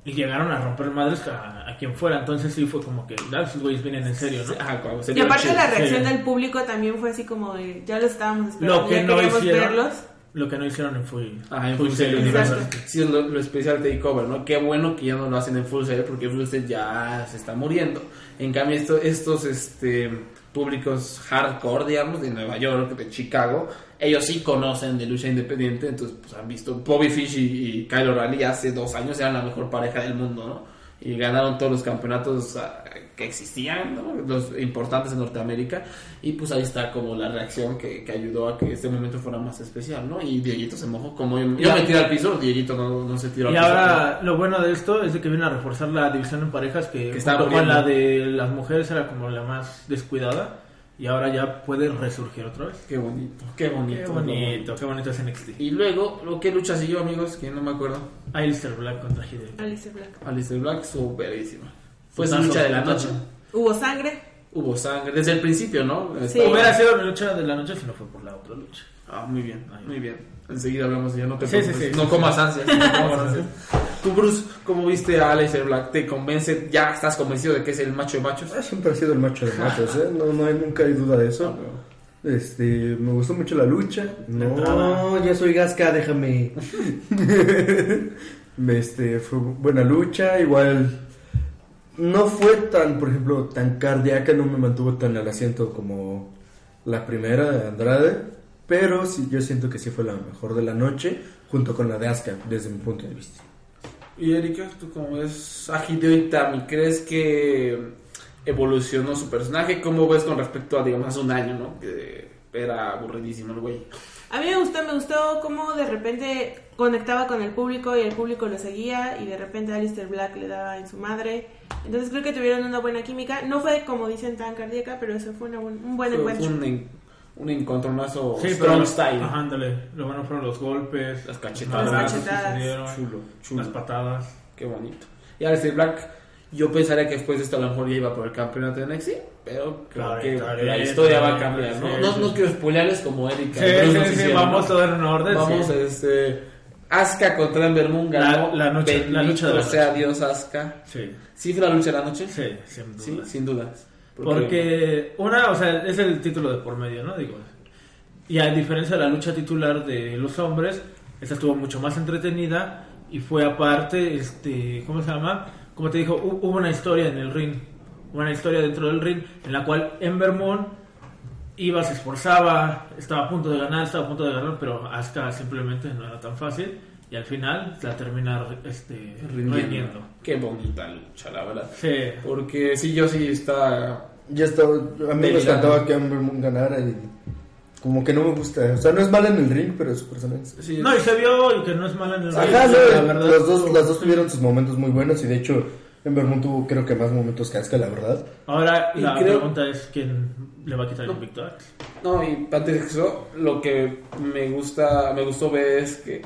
S3: Y llegaron a romper madres a, a quien fuera. Entonces sí fue como que, ah, esos güeyes vienen en serio, ¿no?
S5: Ajá, guau, se
S1: Y
S5: vio
S1: aparte
S5: chido.
S1: la reacción
S3: sí.
S1: del público también fue así como de, ya lo estábamos esperando,
S3: Lo que
S1: ya
S3: no
S1: queríamos
S3: hicieron.
S1: verlos.
S3: Lo que no hicieron fue...
S5: Ah, en
S3: fue
S5: Full Sail
S3: serio,
S5: Universe.
S1: Exacto.
S5: Sí, es lo, lo especial de Takeover, ¿no? Qué bueno que ya no lo hacen en Full Sail porque Full Sail ya se está muriendo. En cambio, esto- estos este, públicos hardcore, digamos, de Nueva York, de Chicago, ellos sí conocen de lucha independiente, entonces pues, han visto Bobby Fish y, y Kyle O'Reilly hace dos años eran la mejor pareja del mundo, ¿no? Y ganaron todos los campeonatos ah, que existían, ¿no? los importantes de Norteamérica, y pues ahí está como la reacción que, que ayudó a que este momento fuera más especial, ¿no? Y Dieguito se mojó, como yo, yo me tiré al piso, Dieguito no, no se tiró al
S3: Y
S5: piso.
S3: ahora lo bueno de esto es de que viene a reforzar la división en parejas que,
S5: Que estaba
S3: junto con la
S5: muriendo.
S3: de las mujeres era como la más descuidada y ahora ya puede resurgir otra vez.
S5: Qué bonito, qué bonito.
S3: Qué bonito, qué bonito es NXT.
S5: Y luego, lo que lucha siguió, amigos, que no me acuerdo.
S3: Alistair Black contra Hideo.
S1: Alistair Black.
S5: Alistair Black, superísima. Fue su
S3: Putazo,
S5: lucha de la
S3: putazo.
S5: noche.
S1: Hubo sangre.
S5: Hubo sangre, desde el principio, ¿no?
S1: Sí.
S5: Estaba-
S3: Hubiera sido la lucha de la noche si no fue por la otra lucha.
S5: Ah, muy bien, muy bien. Enseguida hablamos de ella, no te
S3: Sí, sí,
S5: preocupes.
S3: sí,
S5: no
S3: sí,
S5: comas ansias. No comas ansias. Tú, Bruce, ¿cómo viste a Aleister Black? ¿Te convence? ¿Ya estás convencido de que es el macho de machos?
S4: Ah, siempre ha sido el macho de machos, ¿eh? No, no hay, nunca hay duda de eso. Este, me gustó mucho la lucha. No,
S3: entrada.
S4: ya soy gasca, déjame. este, fue buena lucha, igual. No fue tan, por ejemplo, tan cardíaca, no me mantuvo tan al asiento como la primera de Andrade, pero sí, yo siento que sí fue la mejor de la noche, junto con la de Asuka, desde mi punto de vista.
S5: Y Erika, ¿tú cómo ves a Hideo Itami? ¿Crees que evolucionó su personaje? ¿Cómo ves con respecto a, digamos, hace un año, ¿no? Que era aburridísimo el güey.
S1: A mí me gustó, me gustó cómo de repente conectaba con el público y el público lo seguía y de repente Alistair Black le daba en su madre. Entonces creo que tuvieron una buena química. No fue como dicen tan cardíaca, pero eso fue una buen- un buen
S5: Fue
S1: encuentro.
S5: un, en- un encontronazo
S3: Sí, pero
S5: strong style.
S3: Ajá, ándale. Lo bueno fueron los golpes,
S5: Las cachetadas.
S3: madrazos que
S1: cachetadas.
S3: se dieron,
S5: Chulo, chulo.
S3: las patadas.
S5: Qué bonito. Y Aleister Black, yo pensaría que después de esto a lo mejor ya iba por el campeonato de NXT, pero creo
S3: Claro,
S5: que
S3: claro,
S5: la
S3: eh,
S5: historia
S3: claro,
S5: va a cambiar, ¿no?
S3: sí,
S5: no,
S3: sí.
S5: no quiero spoilearles como Erika.
S3: Sí,
S5: pero
S3: sí,
S5: no
S3: sí,
S5: quisieron,
S3: vamos
S5: ¿no?
S3: todo en orden.
S5: Vamos,
S3: sí.
S5: este... Asuka contra Ember Moon ganó.
S3: La- la noche- la
S5: Bendito
S3: lucha de la
S5: sea Dios, Asuka.
S3: Sí,
S5: ¿Sí fue la lucha de la noche?
S3: sí, sin duda.
S5: Sí, sin dudas.
S3: Porque una, o sea, es el título de por medio, ¿no? Digo. Y a diferencia de la lucha titular de los hombres, esta estuvo mucho más entretenida y fue aparte, este, ¿cómo se llama? Como te dijo, hu- hubo una historia en el ring, una historia dentro del ring en la cual Ember Moon iba, se esforzaba, estaba a punto de ganar, estaba a punto de ganar, pero hasta simplemente no era tan fácil y al final la termina este,
S5: Rindiendo.
S3: rindiendo.
S5: Qué bonita lucha, la verdad.
S3: Sí.
S5: Porque sí, yo sí está...
S4: Ya estaba, a mí me
S5: Delirante.
S4: encantaba que Amber Moon ganara y como que no me gusta. O sea, no es mala en el ring, pero su personaje es-
S5: sí,
S3: No, y se vio y que no es mala en el ring,
S4: Ajá,
S3: o
S4: no,
S3: sea, la verdad,
S4: los dos,
S3: estuvo-
S4: las dos tuvieron sus momentos muy buenos y de hecho Amber Moon tuvo creo que más momentos que Asuka, la verdad.
S3: Ahora
S5: Y
S3: la
S5: creo-
S3: pregunta es quién le va a quitar el invicto a Alex?
S5: No, y antes de eso, lo que me gusta, me gustó ver es que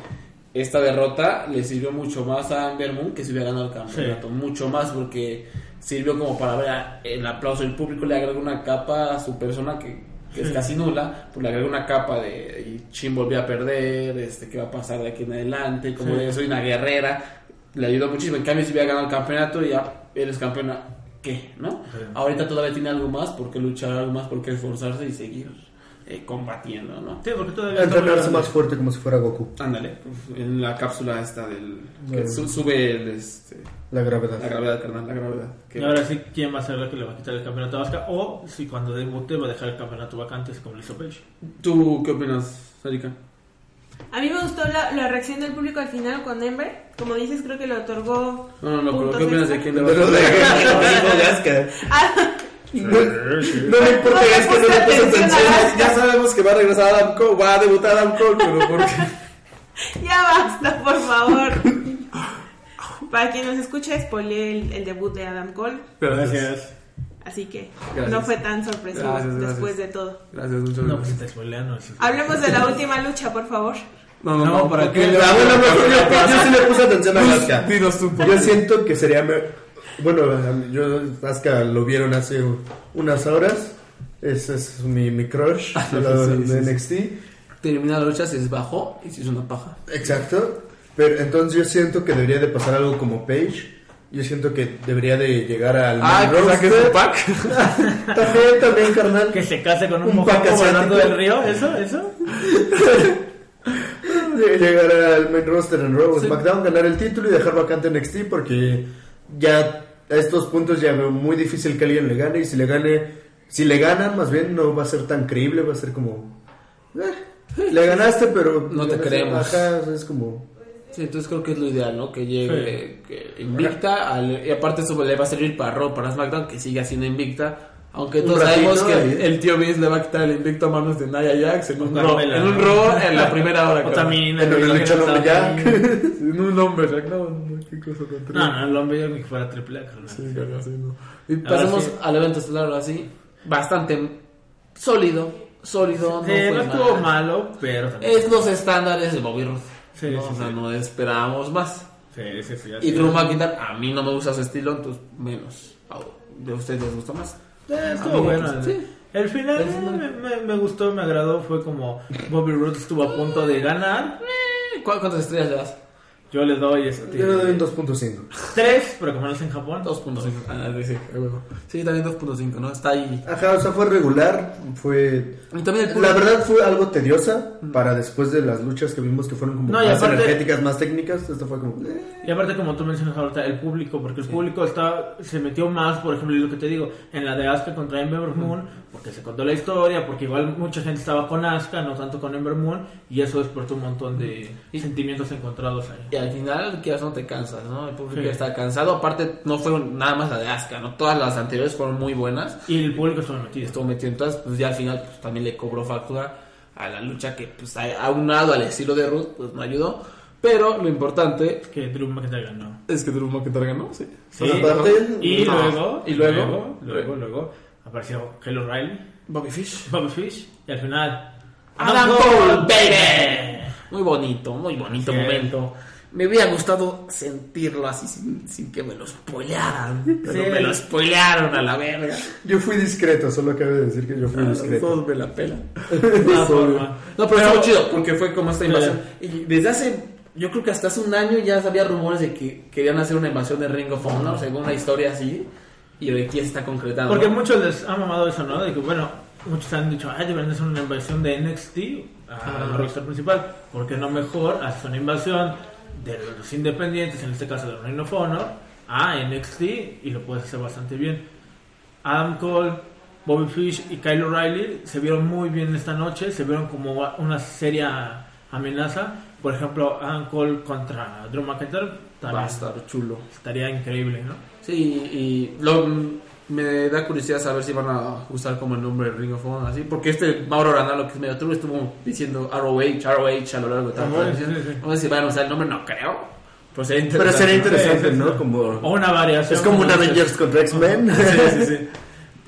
S5: esta derrota le sirvió mucho más a Amber Moon que si hubiera ganado el campeonato, mucho más porque sirvió como para ver a- el aplauso del público, le agregó una capa a su persona que, que es casi nula, pues le agregó una capa de y Chin volvió a perder, este qué va a pasar de aquí en adelante, como
S3: Sí.
S5: yo soy una guerrera, le ayudó muchísimo, en cambio si hubiera ganado el campeonato ya eres campeona, ¿qué? ¿No?
S3: Sí.
S5: Ahorita todavía tiene algo más por qué luchar, algo más por qué esforzarse y seguir eh, combatiendo, ¿no?
S3: Sí, porque todavía está muy
S4: Entrenarse
S3: grande.
S4: más fuerte como si fuera Goku,
S5: Ándale, pues, en la cápsula esta del... que
S4: Bueno.
S5: su- sube el, este,
S4: la gravedad.
S5: la gravedad, carnal, la gravedad. que-
S3: Y ahora sí, ¿quién va a ser la que le va a quitar el campeonato a Asuka? O si cuando debute va a dejar el campeonato vacante, así como lo hizo Page.
S5: ¿Tú qué opinas, Erika?
S1: A mí me gustó la, la reacción del público al final con Ember. Como dices, creo que le otorgó.
S5: No, no, no, pero
S1: puntos
S5: ¿qué opinas de
S1: extra.
S5: quién le va a
S4: Pero de- de Asuka. No, no me
S1: No
S4: importa,
S1: te
S4: es que no
S1: puse
S4: le puse
S1: atención a
S4: atención.
S1: Asuka.
S5: Ya sabemos que va a regresar Adam Cole, va a debutar Adam Cole, pero ¿por qué?
S1: Ya basta, por favor. Para quien nos escucha, spoileé el, el debut de Adam Cole.
S3: Gracias.
S1: Así que
S5: Gracias.
S1: no fue tan sorpresivo
S5: Gracias, gracias.
S1: después de todo.
S5: Gracias, muchas
S3: No, pues
S5: gracias.
S3: está spoileando. es-
S1: Hablemos de la última lucha, por favor.
S5: No, no,
S3: No, ¿para qué?
S4: Ah, bueno, mejor yo, yo sí le puse atención a Asuka.
S5: Dinos tú, por
S4: Yo siento que sería. me- Bueno, yo Asuka lo vieron hace unas horas. Ese es mi, mi crush de, la-
S5: Sí, sí,
S4: de
S5: sí.
S4: NXT.
S5: Termina la lucha, se desbajó y se hizo una paja.
S4: Exacto. Pero entonces yo siento que debería de pasar algo como Paige. Yo siento que debería de llegar al.
S5: Ah,
S4: main
S5: que saques
S4: roster.
S5: tu pack.
S4: También, también, carnal.
S3: Que se case con un,
S4: Un
S3: mojoco
S4: pacaciático.
S3: volando del río, ¿eso? ¿Eso?
S4: De llegar al main roster en Raw o SmackDown, ganar el título y dejar vacante NXT porque ya a estos puntos ya veo muy difícil que alguien le gane y si le gane, si le ganan más bien no va a ser tan creíble, va a ser como eh, le ganaste pero
S5: No te
S4: ganaste,
S5: creemos.
S4: ajá, o sea, es como
S5: Sí, entonces creo que es lo ideal, ¿no? Que llegue que invicta. al- y aparte, eso le va a servir para Raw, para SmackDown, que siga siendo invicta. Aunque
S4: Un
S5: todos
S4: ratito,
S5: sabemos que el,
S4: ahí.
S5: el tío Vince le va a quitar el invicto a manos de Nia Jax en un,
S3: Una
S5: Raw,
S3: novela.
S5: en un Raw en la primera hora.
S3: O
S5: cabrón.
S3: también
S4: En el lucha no ya.
S5: en un hombre, Jack, no, no, qué cosa tan triste.
S3: No, no, el hombre yo ni que fuera triple A. carnal.
S5: Sí, cabrón, sí, no. Y
S3: Ahora
S5: pasemos
S3: sí.
S5: al evento estelar, ahora sí. Bastante sólido, sólido.
S3: Sí,
S5: fue
S3: no estuvo
S5: mal.
S3: malo, pero también.
S5: Es los estándares de Bobby Roode.
S3: Sí,
S5: Eh, ¿no?
S3: sí,
S5: o sea,
S3: sí.
S5: no esperábamos más.
S3: Sí, sí, sí. así
S5: Y Drew
S3: es.
S5: McIntyre, a mí no me gusta su estilo, entonces menos. A ¿De ustedes les gusta más?
S3: Eh,
S5: A
S3: estuvo
S5: mí,
S3: bueno.
S5: sí.
S3: El final
S5: El final.
S3: eh, me, me- me gustó, me agradó. Fue como Bobby Roode estuvo a punto de ganar.
S5: ¿Cu- Eh, ¿Cuántas estrellas le das?
S3: Yo le doy eso.
S4: Yo le doy un 2.5.
S3: Tres, pero como no es en Japón.
S5: 2.5. Ah, sí, a huevo. sí, también 2.5, ¿no? Está ahí.
S4: Ajá, o sea, fue regular, fue...
S5: Y también el
S4: La verdad fue algo tediosa para después de las luchas que vimos que fueron como
S3: No, y
S4: más
S3: aparte-
S4: energéticas, más técnicas. Esto fue como... eh.
S3: Y aparte, como tú mencionas ahorita, el público, porque el público está, se metió más, por ejemplo, y lo que te digo, en la de Asuka contra Ember Moon, porque se contó la historia, porque igual mucha gente estaba con Asuka, no tanto con Ember Moon, y eso despertó un montón de sentimientos encontrados ahí.
S5: Y al final, quieras o no te cansas, ¿no? El público
S3: Sí.
S5: ya está cansado. Aparte, no fue un- nada más la de Asuka, ¿no? Todas las anteriores fueron muy buenas.
S3: Y el público estuvo
S5: Y
S3: metido.
S5: estuvo metido en todas. Pues ya al final, pues también le cobró factura a la lucha que, pues, a- aunado al estilo de Ruth, pues no ayudó. Pero lo importante
S3: Que Drew McIntyre ganó.
S5: es que Drew McIntyre ganó, sí.
S3: Sí,
S4: Bueno, aparte-
S3: y
S5: No.
S3: luego,
S5: Y luego-
S3: luego, luego, luego, apareció Hello Riley,
S5: Bobby Fish.
S3: Bobby Fish, y al final,
S5: Adam Cole, baby. Muy bonito, muy bonito
S3: Sí.
S5: momento. Me hubiera gustado sentirlo así sin, sin que me lo spoilearan. Pero
S3: Sí.
S5: me lo spoilearon a la verga.
S4: Yo fui discreto, solo cabe decir que yo fui discreto.
S5: Todos me la pelan.
S3: No,
S5: Obvio.
S3: forma.
S5: No, pero estuvo chido, porque fue como esta
S3: Sí.
S5: invasión. Y desde hace, yo creo que hasta hace un año ya había rumores de que querían hacer una invasión de Ring of Honor, según una historia así. Y hoy aquí está concretado.
S3: Porque muchos les ha mamado eso, ¿no? De que, bueno, muchos han dicho, ay, deberían hacer una invasión de NXT a la roster principal. ¿Por qué no mejor hacer una invasión de los independientes, en este caso de Reino of Honor, a NXT? Y lo puedes hacer bastante bien. Adam Cole, Bobby Fish y Kyle O'Reilly se vieron muy bien esta noche, se vieron como una seria amenaza. Por ejemplo, Adam Cole contra Drew McIntyre
S5: Va a
S3: también
S5: estar chulo.
S3: estaría increíble, ¿no?
S5: Sí, y lo, me da curiosidad saber si van a usar como el nombre de Ring of Honor, así, porque este Mauro Ranallo, que es medio truco, estuvo diciendo ROH, ROH a lo largo de toda la
S3: Ajá,
S5: transmisión.
S3: sí, sí.
S5: No sé si van a usar el nombre, no creo. Pero sería interesante.
S4: Pero sería interesante,
S3: Sí, sí, sí.
S4: ¿no?
S3: O
S4: Como... Ah,
S3: una variación.
S4: Es como un
S3: dices.
S4: Avengers contra X-Men.
S5: Sí, sí, sí.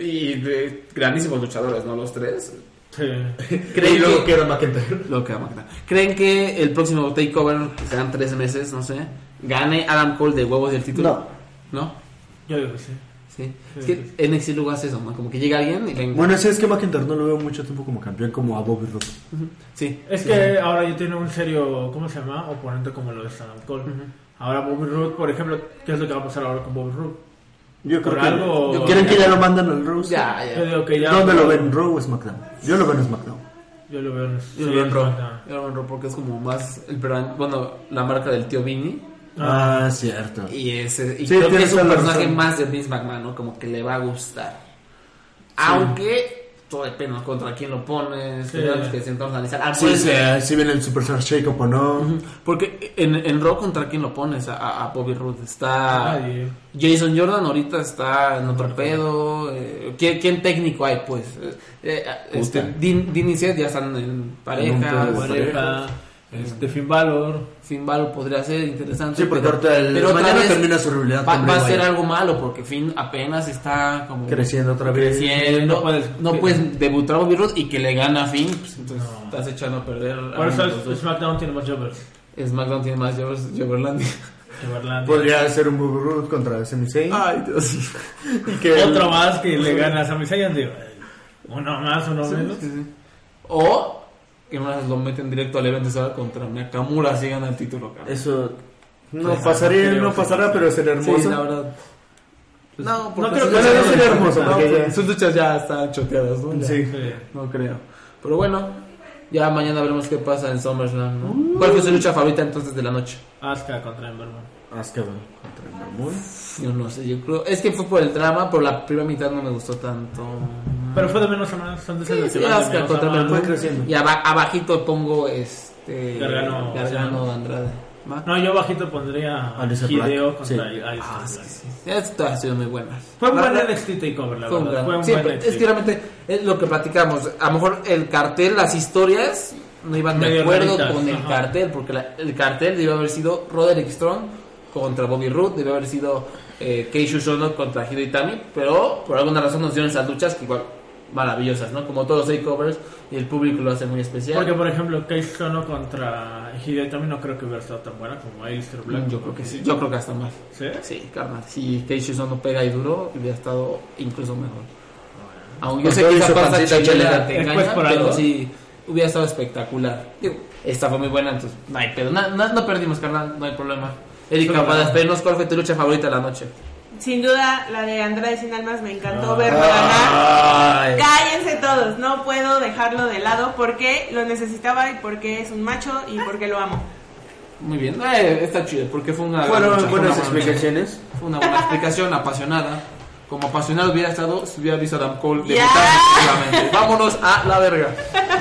S5: Y de grandísimos luchadores, ¿no? Los tres.
S3: Sí.
S4: Y luego
S5: que-
S4: queda McIntyre.
S5: Lo que vamos a quitar. ¿Creen que el próximo takeover, que serán tres meses, no sé, gane Adam Cole de huevos del título? No. ¿No?
S3: Yo digo que sí.
S5: Sí. Es que NXT luego hace eso, ¿no? Como que llega alguien y le
S4: Bueno, sí, es que McIntyre no lo veo mucho tiempo como campeón, como a Bobby Roode.
S5: Sí.
S3: Es que ahora yo tiene un serio, ¿cómo se llama? Oponente como lo es Adam Cole. Ahora Bobby Roode, por ejemplo, ¿qué es lo que va a pasar ahora con Bobby Roode?
S4: Yo
S3: Por algo-
S4: Yo- ¿Quieren que ya lo mandan al Raw?
S5: Ah, Ya,
S3: Yo
S5: ya.
S3: digo que ya.
S4: ¿Dónde lo ven? ¿Raw o SmackDown? Yo lo veo en SmackDown.
S3: Yo lo veo en
S5: Yo lo veo en Raw. Yo lo veo en Raw porque es como más el peruano- bueno, la marca del tío Vinny.
S4: Ah, cierto.
S5: Y, ese, y
S4: Sí,
S5: creo que
S4: tienes
S5: es un
S4: toda la
S5: personaje
S4: razón.
S5: más de Vince McMahon, ¿no? Como que le va a gustar. Aunque todo depende contra quién lo pones,
S3: Sí.
S5: tendremos que sentarnos a analizar. Ah,
S4: Sí,
S5: pues,
S4: sí, sí viene el Superstar Shake-Up o no.
S5: Porque en, en Raw contra quién lo pones a- a, a Bobby Roode está
S3: Nadie.
S5: Jason Jordan ahorita está en otro pedo eh, ¿quién, quién técnico hay pues Eh, eh, este,
S4: Puta.
S5: Dean, Dean y Seth ya están en pareja,
S4: pedo de
S5: este,
S3: Pareja, este Finn Balor.
S5: Finn Balor podría ser interesante
S4: Sí, porque ahorita el-
S5: otra
S4: mañana
S5: vez
S4: termina su rivalidad
S5: va,
S4: con
S5: va a
S4: Bray
S5: ser
S4: Wyatt.
S5: algo malo porque Finn apenas está como
S4: Creciendo otra vez.
S5: creciendo.
S3: No
S5: no
S3: puedes-
S5: puedes, debutar a Bobby Roode y que le gana a Finn pues, entonces
S3: No.
S5: estás echando a perder a
S3: Por eso
S5: uno de Ah, los
S3: es-
S5: dos.
S3: SmackDown tiene más jobbers
S5: SmackDown tiene más Jovers- Joverlandia
S3: que Barlandia.
S4: Podría ser un Bobby Roode contra Sami Zayn.
S5: Ay, Dios.
S4: y que el-
S3: Ah, Otro más que le gana a Sami Zayn. digo, eh, Uno más, uno menos.
S5: O que una vez lo meten directo al evento ¿sabes? contra Nakamura si gana el título, cabrón.
S4: Eso no
S3: Pues,
S4: pasaría,
S3: creo
S4: no
S3: que
S4: pasará,
S3: sí.
S4: pero sería hermoso.
S5: Sí, la verdad. No,
S3: porque creo
S4: que sea-
S5: no sería
S4: no, porque
S5: sus luchas ya están choteadas, ¿no? Ya.
S4: Sí.
S3: Sí.
S5: No creo. Pero bueno, ya mañana veremos qué pasa en SummerSlam, ¿no? ¿Cuál fue su lucha favorita entonces de la noche?
S3: Asuka contra Ember Moon.
S4: Asuka contra el Mormón.
S5: Yo no sé, yo creo... Es que fue por el drama, por la primera mitad no me gustó tanto.
S3: Pero fue de menos a más. Son de esas
S5: Sí,
S3: de
S5: sí,
S3: que van de
S5: Asuka
S3: menos a
S5: contra
S3: más.
S5: Ember Moon.
S4: creciendo.
S5: Y aba- abajito pongo este...
S3: Gargano.
S5: Gargano Andrade. Ma-
S3: No, yo bajito pondría a
S4: Alistair Black.
S3: Hideo contra
S4: Sí.
S3: Alistair
S5: Ah, sí,
S3: Black.
S5: sí. Estas todas han sido muy buenas.
S3: Fue un
S5: La
S3: buen
S5: verdad-
S3: NXT Takeover, la
S5: Fue un
S3: verdad.
S5: gran-
S3: Fue un
S5: siempre,
S3: buen
S5: es que
S3: NXT.
S5: realmente es lo que platicamos. A lo mejor el cartel, las historias no iban de
S3: Medio
S5: acuerdo
S3: raritas,
S5: con el
S3: ajá.
S5: cartel, porque la- el cartel debió haber sido Roderick Strong contra Bobby Roode, debió haber sido eh, Keishu Shono contra Hideo Itami, pero por alguna razón nos dieron esas luchas que igual maravillosas, ¿no? Como todos los takeovers y el público lo hace muy especial.
S3: Porque, por ejemplo, Case Sono contra Hideo también no creo que hubiera estado tan buena como Alistair Black.
S5: Mm, yo creo que sí, yo creo que hasta más.
S3: ¿Sí?
S5: Sí, carnal. Si Keishu no pega y duro, hubiera estado incluso mejor. Aunque yo
S4: Con
S5: sé
S4: todo
S5: que
S4: y
S5: esa
S4: su
S5: parte
S4: pancita
S5: chilena
S4: chilena.
S5: te
S3: Es
S5: engaña,
S3: pues por
S5: pero
S3: algo.
S5: sí, hubiera estado espectacular. Digo, esta fue muy buena, entonces no hay pedo. No, no- no perdimos, carnal, no hay problema. Erika,
S3: Solo
S5: para
S3: ganamos.
S5: despedirnos, ¿cuál fue tu lucha favorita de la noche?
S1: Sin duda, la de Andrade Sin Almas me
S5: Ah.
S1: encantó verlo ganar.
S4: Ay.
S1: Cállense todos, no puedo dejarlo de lado porque lo necesitaba y porque es un macho y porque lo amo.
S5: Muy bien, eh, está chido, porque fue una. gran lucha,
S4: Fueron
S5: fue
S4: buenas
S5: una buena-
S4: explicaciones.
S5: Fue una buena explicación apasionada. Como apasionado hubiera estado si hubiera visto a Adam Cole
S1: Ya.
S5: debutar definitivamente. Vámonos a la verga.